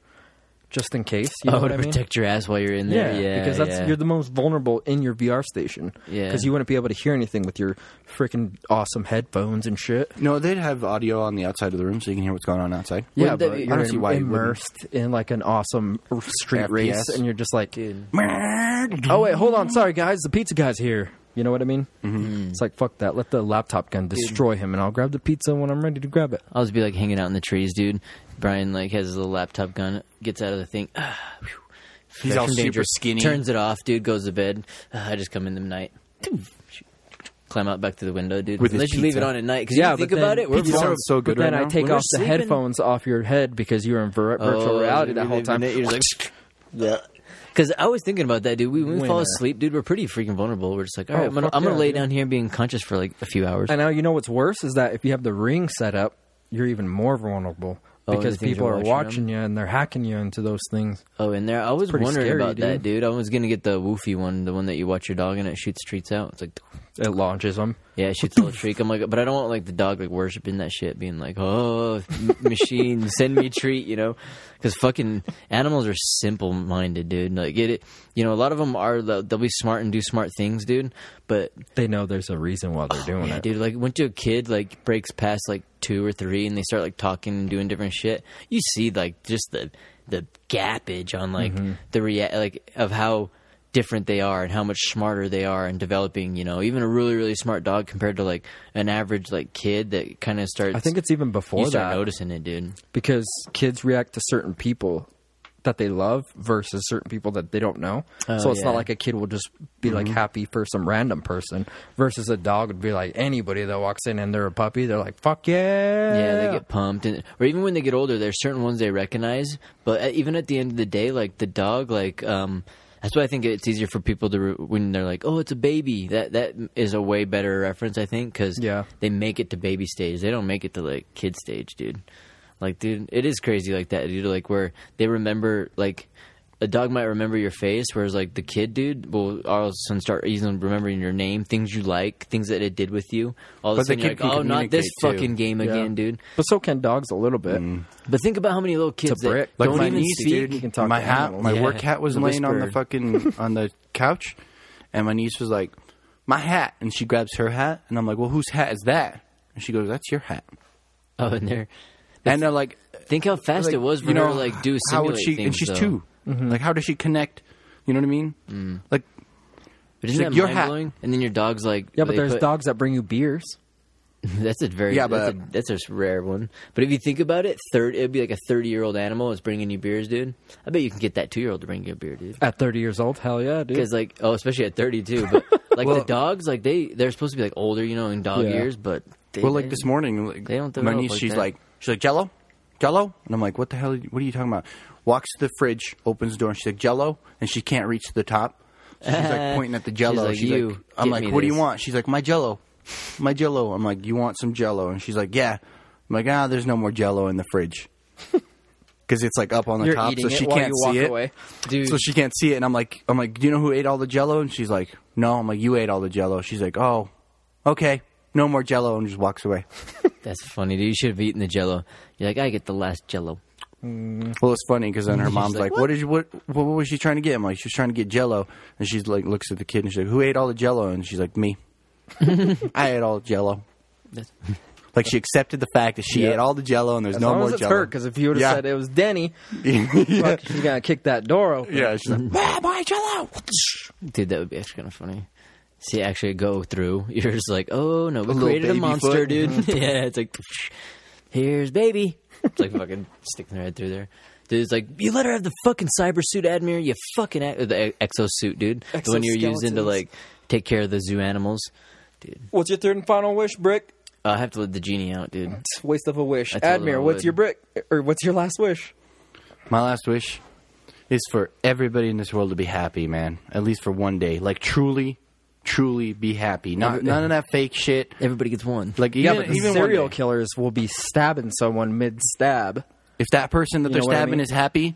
S6: just in case. You know
S7: oh,
S6: what
S7: to
S6: I mean?
S7: protect your ass while you're in
S6: yeah,
S7: there. Yeah,
S6: because that's
S7: yeah.
S6: you're the most vulnerable in your VR station.
S7: Yeah.
S6: because you wouldn't be able to hear anything with your freaking awesome headphones and shit.
S5: No, they'd have audio on the outside of the room so you can hear what's going on outside.
S7: Wouldn't that
S6: but
S7: be-
S6: you're
S5: I don't see why you wouldn't.
S6: immersed in like an awesome r- street race,
S5: FPS.
S6: and you're just like, oh wait, hold on, sorry guys, the pizza guy's here. You know what I mean? Mm-hmm. It's like fuck that. Let the laptop gun destroy him, and I'll grab the pizza when I'm ready to grab it.
S7: I'll just be like hanging out in the trees, dude. Brian like has his little laptop gun, gets out of the thing. Ah, phew.
S5: He's
S7: Fresh
S5: all
S7: from
S5: super
S7: danger.
S5: skinny.
S7: Turns it off, dude. Goes to bed. Ah, I just come in the night. Climb out back to the window, dude.
S5: With his
S7: Unless you leave it
S5: pizza.
S7: on at night, because
S6: Yeah,
S7: you
S6: but
S7: think about
S6: then-
S7: it, we're
S6: Pizza
S7: vulnerable.
S5: sounds so good
S6: but then
S5: right
S6: I
S5: now.
S6: take
S7: When we're
S6: off the
S7: sleeping-
S6: headphones off your head because you're in vir- virtual
S7: Oh,
S6: reality that whole time.
S7: You're just like, Because I was thinking about that, dude. We, when we fall
S6: Winner.
S7: asleep, dude, we're pretty freaking vulnerable. We're just like, all right,
S6: Oh,
S7: I'm gonna,
S6: fuck
S7: I'm gonna
S6: yeah,
S7: lay
S6: dude.
S7: down here and be unconscious for like a few hours.
S6: And now you know what's worse is that if you have the ring set up, you're even more vulnerable
S7: Oh,
S6: because
S7: the things
S6: people
S7: are
S6: are
S7: watching
S6: watching you and they're hacking you into those things.
S7: Oh, in there, I was
S6: pretty
S7: wondering
S6: scary,
S7: about that, dude.
S6: dude.
S7: I was gonna get the woofy one, the one that you watch your dog and it shoots treats out. It's like,
S6: It launches them.
S7: yeah, it shoots a little treat. I'm like, but I don't want like the dog like worshiping that shit, being like, oh, [laughs] m- machine, send me treat, you know? Because fucking animals are simple minded, dude. Like, get it? You know, a lot of them are they'll they'll be smart and do smart things, dude. But
S6: They know there's a
S7: [sighs]
S6: reason why they're doing
S7: Yeah,
S6: it.
S7: dude. Like, once a kid like breaks past like two or three, and they start like talking and doing different shit, you see like just the the gappage on like
S6: Mm-hmm.
S7: the rea- like of how different they are and how much smarter they are and developing. You know, even a really really smart dog compared to like an average like kid that kind of starts.
S6: I think it's even
S7: you
S6: before
S7: start
S6: that
S7: noticing it, dude.
S6: because kids react to certain people that they love versus certain people that they don't know.
S7: Oh,
S6: so it's
S7: yeah. Mm-hmm.
S6: not like a kid will just be like happy for some random person versus a dog would be like anybody that walks in and they're a puppy, they're like fuck yeah.
S7: Yeah, they get pumped, and or even when they get older, there's certain ones they recognize. But at- even at the end of the day, like the dog, like um, that's why I think it's easier for people to re- when they're like, oh, it's a baby. That that is a way better reference, I think, because
S6: Yeah.
S7: they make it to baby stage. They don't make it to like kid stage, dude. Like, dude, it is crazy like that, dude. Like where they remember like. A dog might remember your face, whereas like the kid, dude, will all of a sudden start even remembering your name, things you like, things that it did with you. All of a
S5: But the
S7: sudden, you're
S5: kid
S7: like,
S5: can
S7: oh, not this
S5: communicate, too.
S7: fucking game
S6: Yeah.
S7: again, dude.
S6: But so can dogs a little bit.
S7: But think about how many little kids
S6: To
S7: that
S6: Brit.
S5: Like
S7: don't
S5: my
S7: even
S5: niece,
S7: speak.
S5: dude.
S6: You can talk
S5: my
S6: to
S5: hat,
S6: animals.
S5: my
S7: Yeah.
S5: work hat was
S7: The
S5: laying on the
S7: whisperer.
S5: [laughs] fucking on the couch, and my niece was like, "My hat," and she grabs her hat, and I'm like, "Well, whose hat is that?" And she goes, "That's your hat."
S7: Oh, and there.
S5: And they're like,
S7: Think how fast
S5: like,
S7: it was for
S5: you
S7: her
S5: know,
S7: to like do
S5: how would
S7: simulate
S5: she?
S7: things.
S5: and she's
S7: though. Mm-hmm.
S5: 2 Like, how does she connect? You know what I mean?
S7: Mm.
S5: Like,
S7: But isn't
S5: She's like,
S7: that
S5: "Your
S7: mind
S5: hat."
S7: blowing? And then your dog's like,
S6: Yeah, but
S7: they
S6: there's
S7: put-
S6: dogs that bring you beers.
S7: [laughs] That's a very
S5: Yeah,
S7: that's
S5: but-
S7: a, that's a rare one. But if you think about it, third it'd be like a thirty year old animal that's bringing you beers, dude. I bet you can get that two year old to bring you a beer, dude.
S6: At 30 years old, hell yeah, dude.
S7: Because like oh, especially at thirty two.
S5: [laughs]
S7: But like the dogs, like they they're supposed to be like older, you know, in dog
S6: Yeah.
S7: years. But they,
S5: well, like this morning, like,
S7: they don't throw
S5: my
S7: it up
S5: niece,
S7: like
S5: she's
S7: that.
S5: like, she's like, Jello, Jello, and I'm like, what the hell? What are you talking about? Walks to the fridge, opens the door, and she's like, Jello, and she can't reach the top,
S7: [laughs]
S5: She's like pointing at the jello.
S7: like,
S5: She's
S7: "You,
S5: like, I'm
S7: get
S5: like,
S7: me
S5: what do you
S7: this."
S5: want? She's like, my jello. My jello. I'm like, you want some jello? And she's like, yeah. I'm like, ah, there's no more jello in the fridge. Because it's like up on the
S6: You're
S5: top,
S6: eating
S5: so
S6: it
S5: she
S6: while
S5: can't
S6: you
S5: see
S6: walk
S5: it.
S6: away.
S7: Dude,
S5: So she can't see it, and I'm like, I'm like, do you know who ate all the Jello? And she's like, no. I'm like, you ate all the Jello. She's like, oh, okay, no more Jello, and just walks away.
S7: that's funny, dude. You should have eaten the jello. You're like, I get the last jello.
S5: Well, it's funny because then her mom's
S7: like,
S5: like, what did you what, what was she trying to get? I'm like, she's trying to get Jello, and she's like, looks at the kid and she's like, who ate all the Jello? And she's like,
S6: [laughs]
S5: me. I ate all the Jello.
S7: That's-
S5: Like she accepted the fact that she
S6: Yeah.
S5: ate all the Jello, and there's
S6: As
S5: no
S6: long
S5: more
S6: as it's
S5: Jello. [laughs]
S6: her, because if you would have
S5: Yeah.
S6: said it was Denny,
S7: [laughs]
S5: yeah,
S6: fuck, she's gonna kick that door open.
S5: yeah, she's like, ah, my Jello.
S7: Dude, that would be actually kind of funny. See, actually go through. [laughs] You're just like, oh no, we
S5: little
S7: created a
S5: baby
S7: monster,
S5: foot.
S7: dude.
S6: Mm-hmm.
S7: [laughs] yeah, it's like, here's baby. It's like fucking [laughs] sticking their head through there. Dude, it's like, you let her have the fucking cyber suit, Admir. You fucking a- the exo suit, dude. The one you're using to
S6: Exoskeletons.
S7: like take care of the zoo animals.
S6: What's your third and final wish, Brick?
S7: Uh, I have to let the genie out, dude.
S6: It's a waste of a wish.
S7: I told him I
S6: Admir, what's
S7: would.
S6: your brick or what's your last wish?
S5: My last wish is for everybody in this world to be happy, man. At least for one day. Like truly, truly be happy. Not none of that fake shit.
S7: Everybody gets one.
S5: Like even, even one
S6: serial
S5: day.
S6: killers will be stabbing someone mid stab.
S5: if that person that
S6: You
S5: they're
S6: know what I
S5: stabbing
S6: mean?
S5: is happy,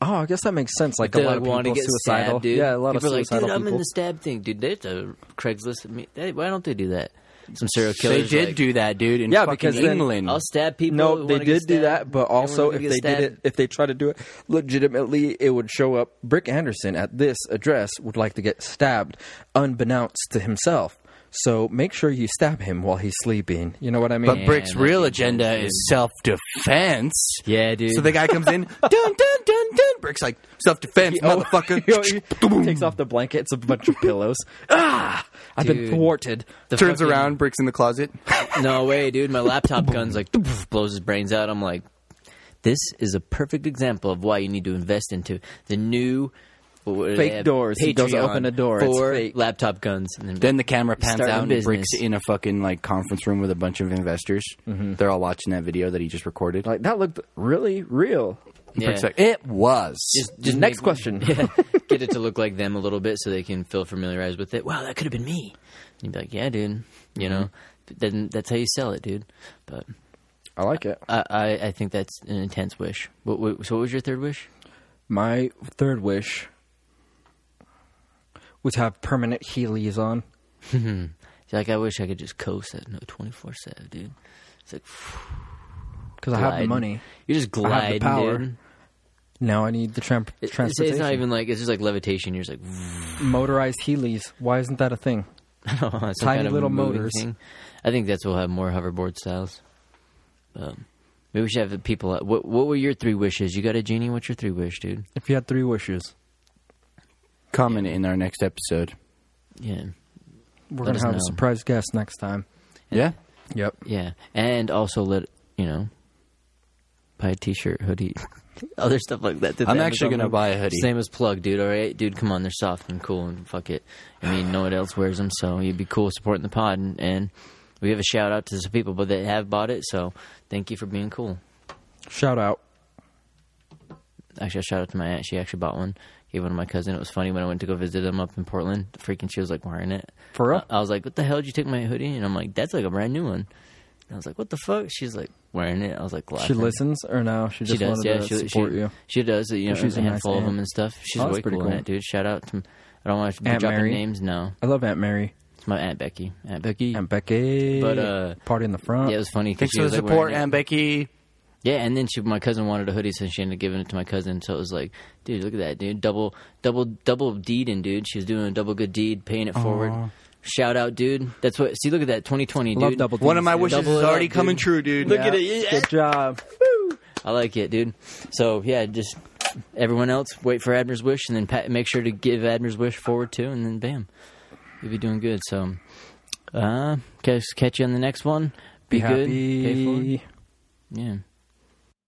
S6: Oh, I guess that makes sense. Like
S7: They,
S6: a lot of
S7: like, wanna
S6: people
S7: get
S6: suicidal.
S7: stabbed, dude.
S6: Yeah, a lot
S7: people are
S6: of
S7: like,
S6: suicidal
S7: dude, I'm
S6: people.
S7: in the stab thing, dude. There's a Craigslist. Me, hey, why don't they do that? Some serial
S5: they
S7: killers.
S5: did
S7: like,
S5: do that, dude. In
S6: Yeah,
S5: fucking
S6: because then-
S5: England,
S7: I'll stab people.
S6: no,
S7: who
S6: they
S7: wanna get
S6: did do that,
S7: stabbed.
S6: but
S7: Everyone
S6: also
S7: who
S6: if
S7: gets
S6: they
S7: stabbed.
S6: did it, if they tried to do it legitimately, it would show up. Brick Anderson at this address would like to get stabbed, unbeknownst to himself. So make sure you stab him while he's sleeping. You know what I mean?
S5: but
S6: [laughs]
S5: Brick's
S7: that'd
S5: real
S7: be
S5: agenda
S7: good,
S5: is self defense.
S7: Yeah, dude.
S5: So [laughs] the guy
S7: [laughs]
S5: comes in, dun dun dun dun. Brick's like self defense,
S6: Oh,
S7: [laughs]
S6: [laughs]
S5: motherfucker.
S6: he takes off the blanket. It's a bunch of pillows. Ah, I've been
S7: Dude.
S6: thwarted.
S7: The
S5: [laughs] Turns
S7: fucking-
S5: around, Brick's in the closet.
S7: No way, dude. My laptop gun's like [laughs] blows his brains out. I'm like, this is a perfect example of why you need to invest into the new what do they
S6: Fake
S7: have?
S6: doors. He goes to
S7: Patreon
S6: open a door. It's
S7: for
S6: fake.
S7: laptop guns. And then,
S5: Then the camera pans
S7: Starting
S5: out and
S7: business. Mm-hmm.
S5: Brick's in a fucking like conference room with a bunch of investors. They're all watching that video that he just recorded.
S6: Like that looked really real.
S7: yeah.
S5: Brick's like, it was.
S6: Just next question.
S7: [laughs] Yeah, get it to look like them a little bit so they can feel familiarized with it. Wow, that could have been me. And you'd be like, yeah, dude. You know, But then that's how you sell it, dude. But
S6: I like it.
S7: I, I, I think that's an intense wish. What, what, so what was your third wish?
S6: My third wish would have permanent Heelys on.
S7: It's like I wish I could just coast at no twenty four seven, dude. It's like
S6: Because I have the
S7: gliding.
S6: money.
S7: You just
S6: I have
S7: glide,
S6: the power.
S7: dude.
S6: Now I need the tramp-
S7: It- It's,
S6: transportation.
S7: it's not even like it's just like levitation. You're just like [laughs]
S6: Motorized Heelys. Why isn't that a thing?
S7: some
S6: Tiny
S7: kind of
S6: little
S7: moving
S6: motors.
S7: thing. I think that's we'll have more hoverboard styles. Um, maybe we should have the people. What What were your three wishes? You got a genie. What's your three wish, dude?
S6: If you had three wishes,
S5: Comment in our next episode.
S7: Yeah, Let
S6: we're going
S7: us
S6: to have
S7: know.
S6: a surprise guest next time.
S5: Yeah?
S6: Yep.
S7: yeah, and also let you know buy a t-shirt, hoodie, [laughs] other stuff like that.
S5: I'm actually gonna
S7: to
S5: buy a hoodie.
S7: Same as plug, dude. All right, dude. Come on, they're soft and cool, and fuck it. I mean, no one else wears them, so you'd be cool supporting the pod. And, and we have a shout out to some people, but they have bought it, so thank you for being cool.
S6: Shout out.
S7: Actually, a shout out to my aunt. She actually bought one. Gave one to my cousin. It was funny when I went to go visit them up in Portland. Freaking, she was like wearing it.
S6: For real?
S7: I, I was like, "What the hell did you take my hoodie?" And I'm like, "That's like a brand new one." And I was like, "What the fuck?" She's like wearing it. I was like,
S6: She
S7: laughing.
S6: listens or no? She
S7: She
S6: just
S7: does,
S6: wanted
S7: yeah.
S6: to
S7: She,
S6: support
S7: she,
S6: you.
S7: she does. You know,
S6: Well, she's
S7: she's
S6: a
S7: a
S6: nice
S7: handful of
S6: aunt.
S7: them and stuff. She's
S6: Oh, that's
S7: way
S6: pretty
S7: cool, in
S6: cool.
S7: it, dude. Shout out to. I don't want to
S6: Aunt
S7: drop any
S6: Mary.
S7: names. No,
S6: I love Aunt Mary.
S7: it's my aunt Becky. Aunt Becky.
S6: Aunt Becky.
S7: But, uh,
S6: Party in the front.
S7: yeah, it was funny because
S5: Thanks
S7: she
S5: for the
S7: was like,
S5: support,
S7: wearing it.
S5: Aunt Becky.
S7: Yeah, and then she, my cousin wanted a hoodie, so she ended up giving it to my cousin. So it was like, dude, look at that, dude, double, double, double deeding, dude. She was doing a double good deed, paying it forward. Shout out, dude. That's what. See, look at that, 2020, dude.
S6: Love double
S5: One of my
S6: D's,
S5: wishes
S7: Double
S5: is
S7: it up,
S5: already
S7: dude.
S5: coming true, dude.
S6: dude. Yeah. Good job.
S7: I like it, dude. So yeah, just everyone else wait for Admir's wish, and then pat, make sure to give Admir's wish forward too, and then bam, you'll be doing good. So, uh, guys, catch you on the next one. Be,
S6: Be
S7: good.
S6: happy.
S7: Pay forward. Yeah.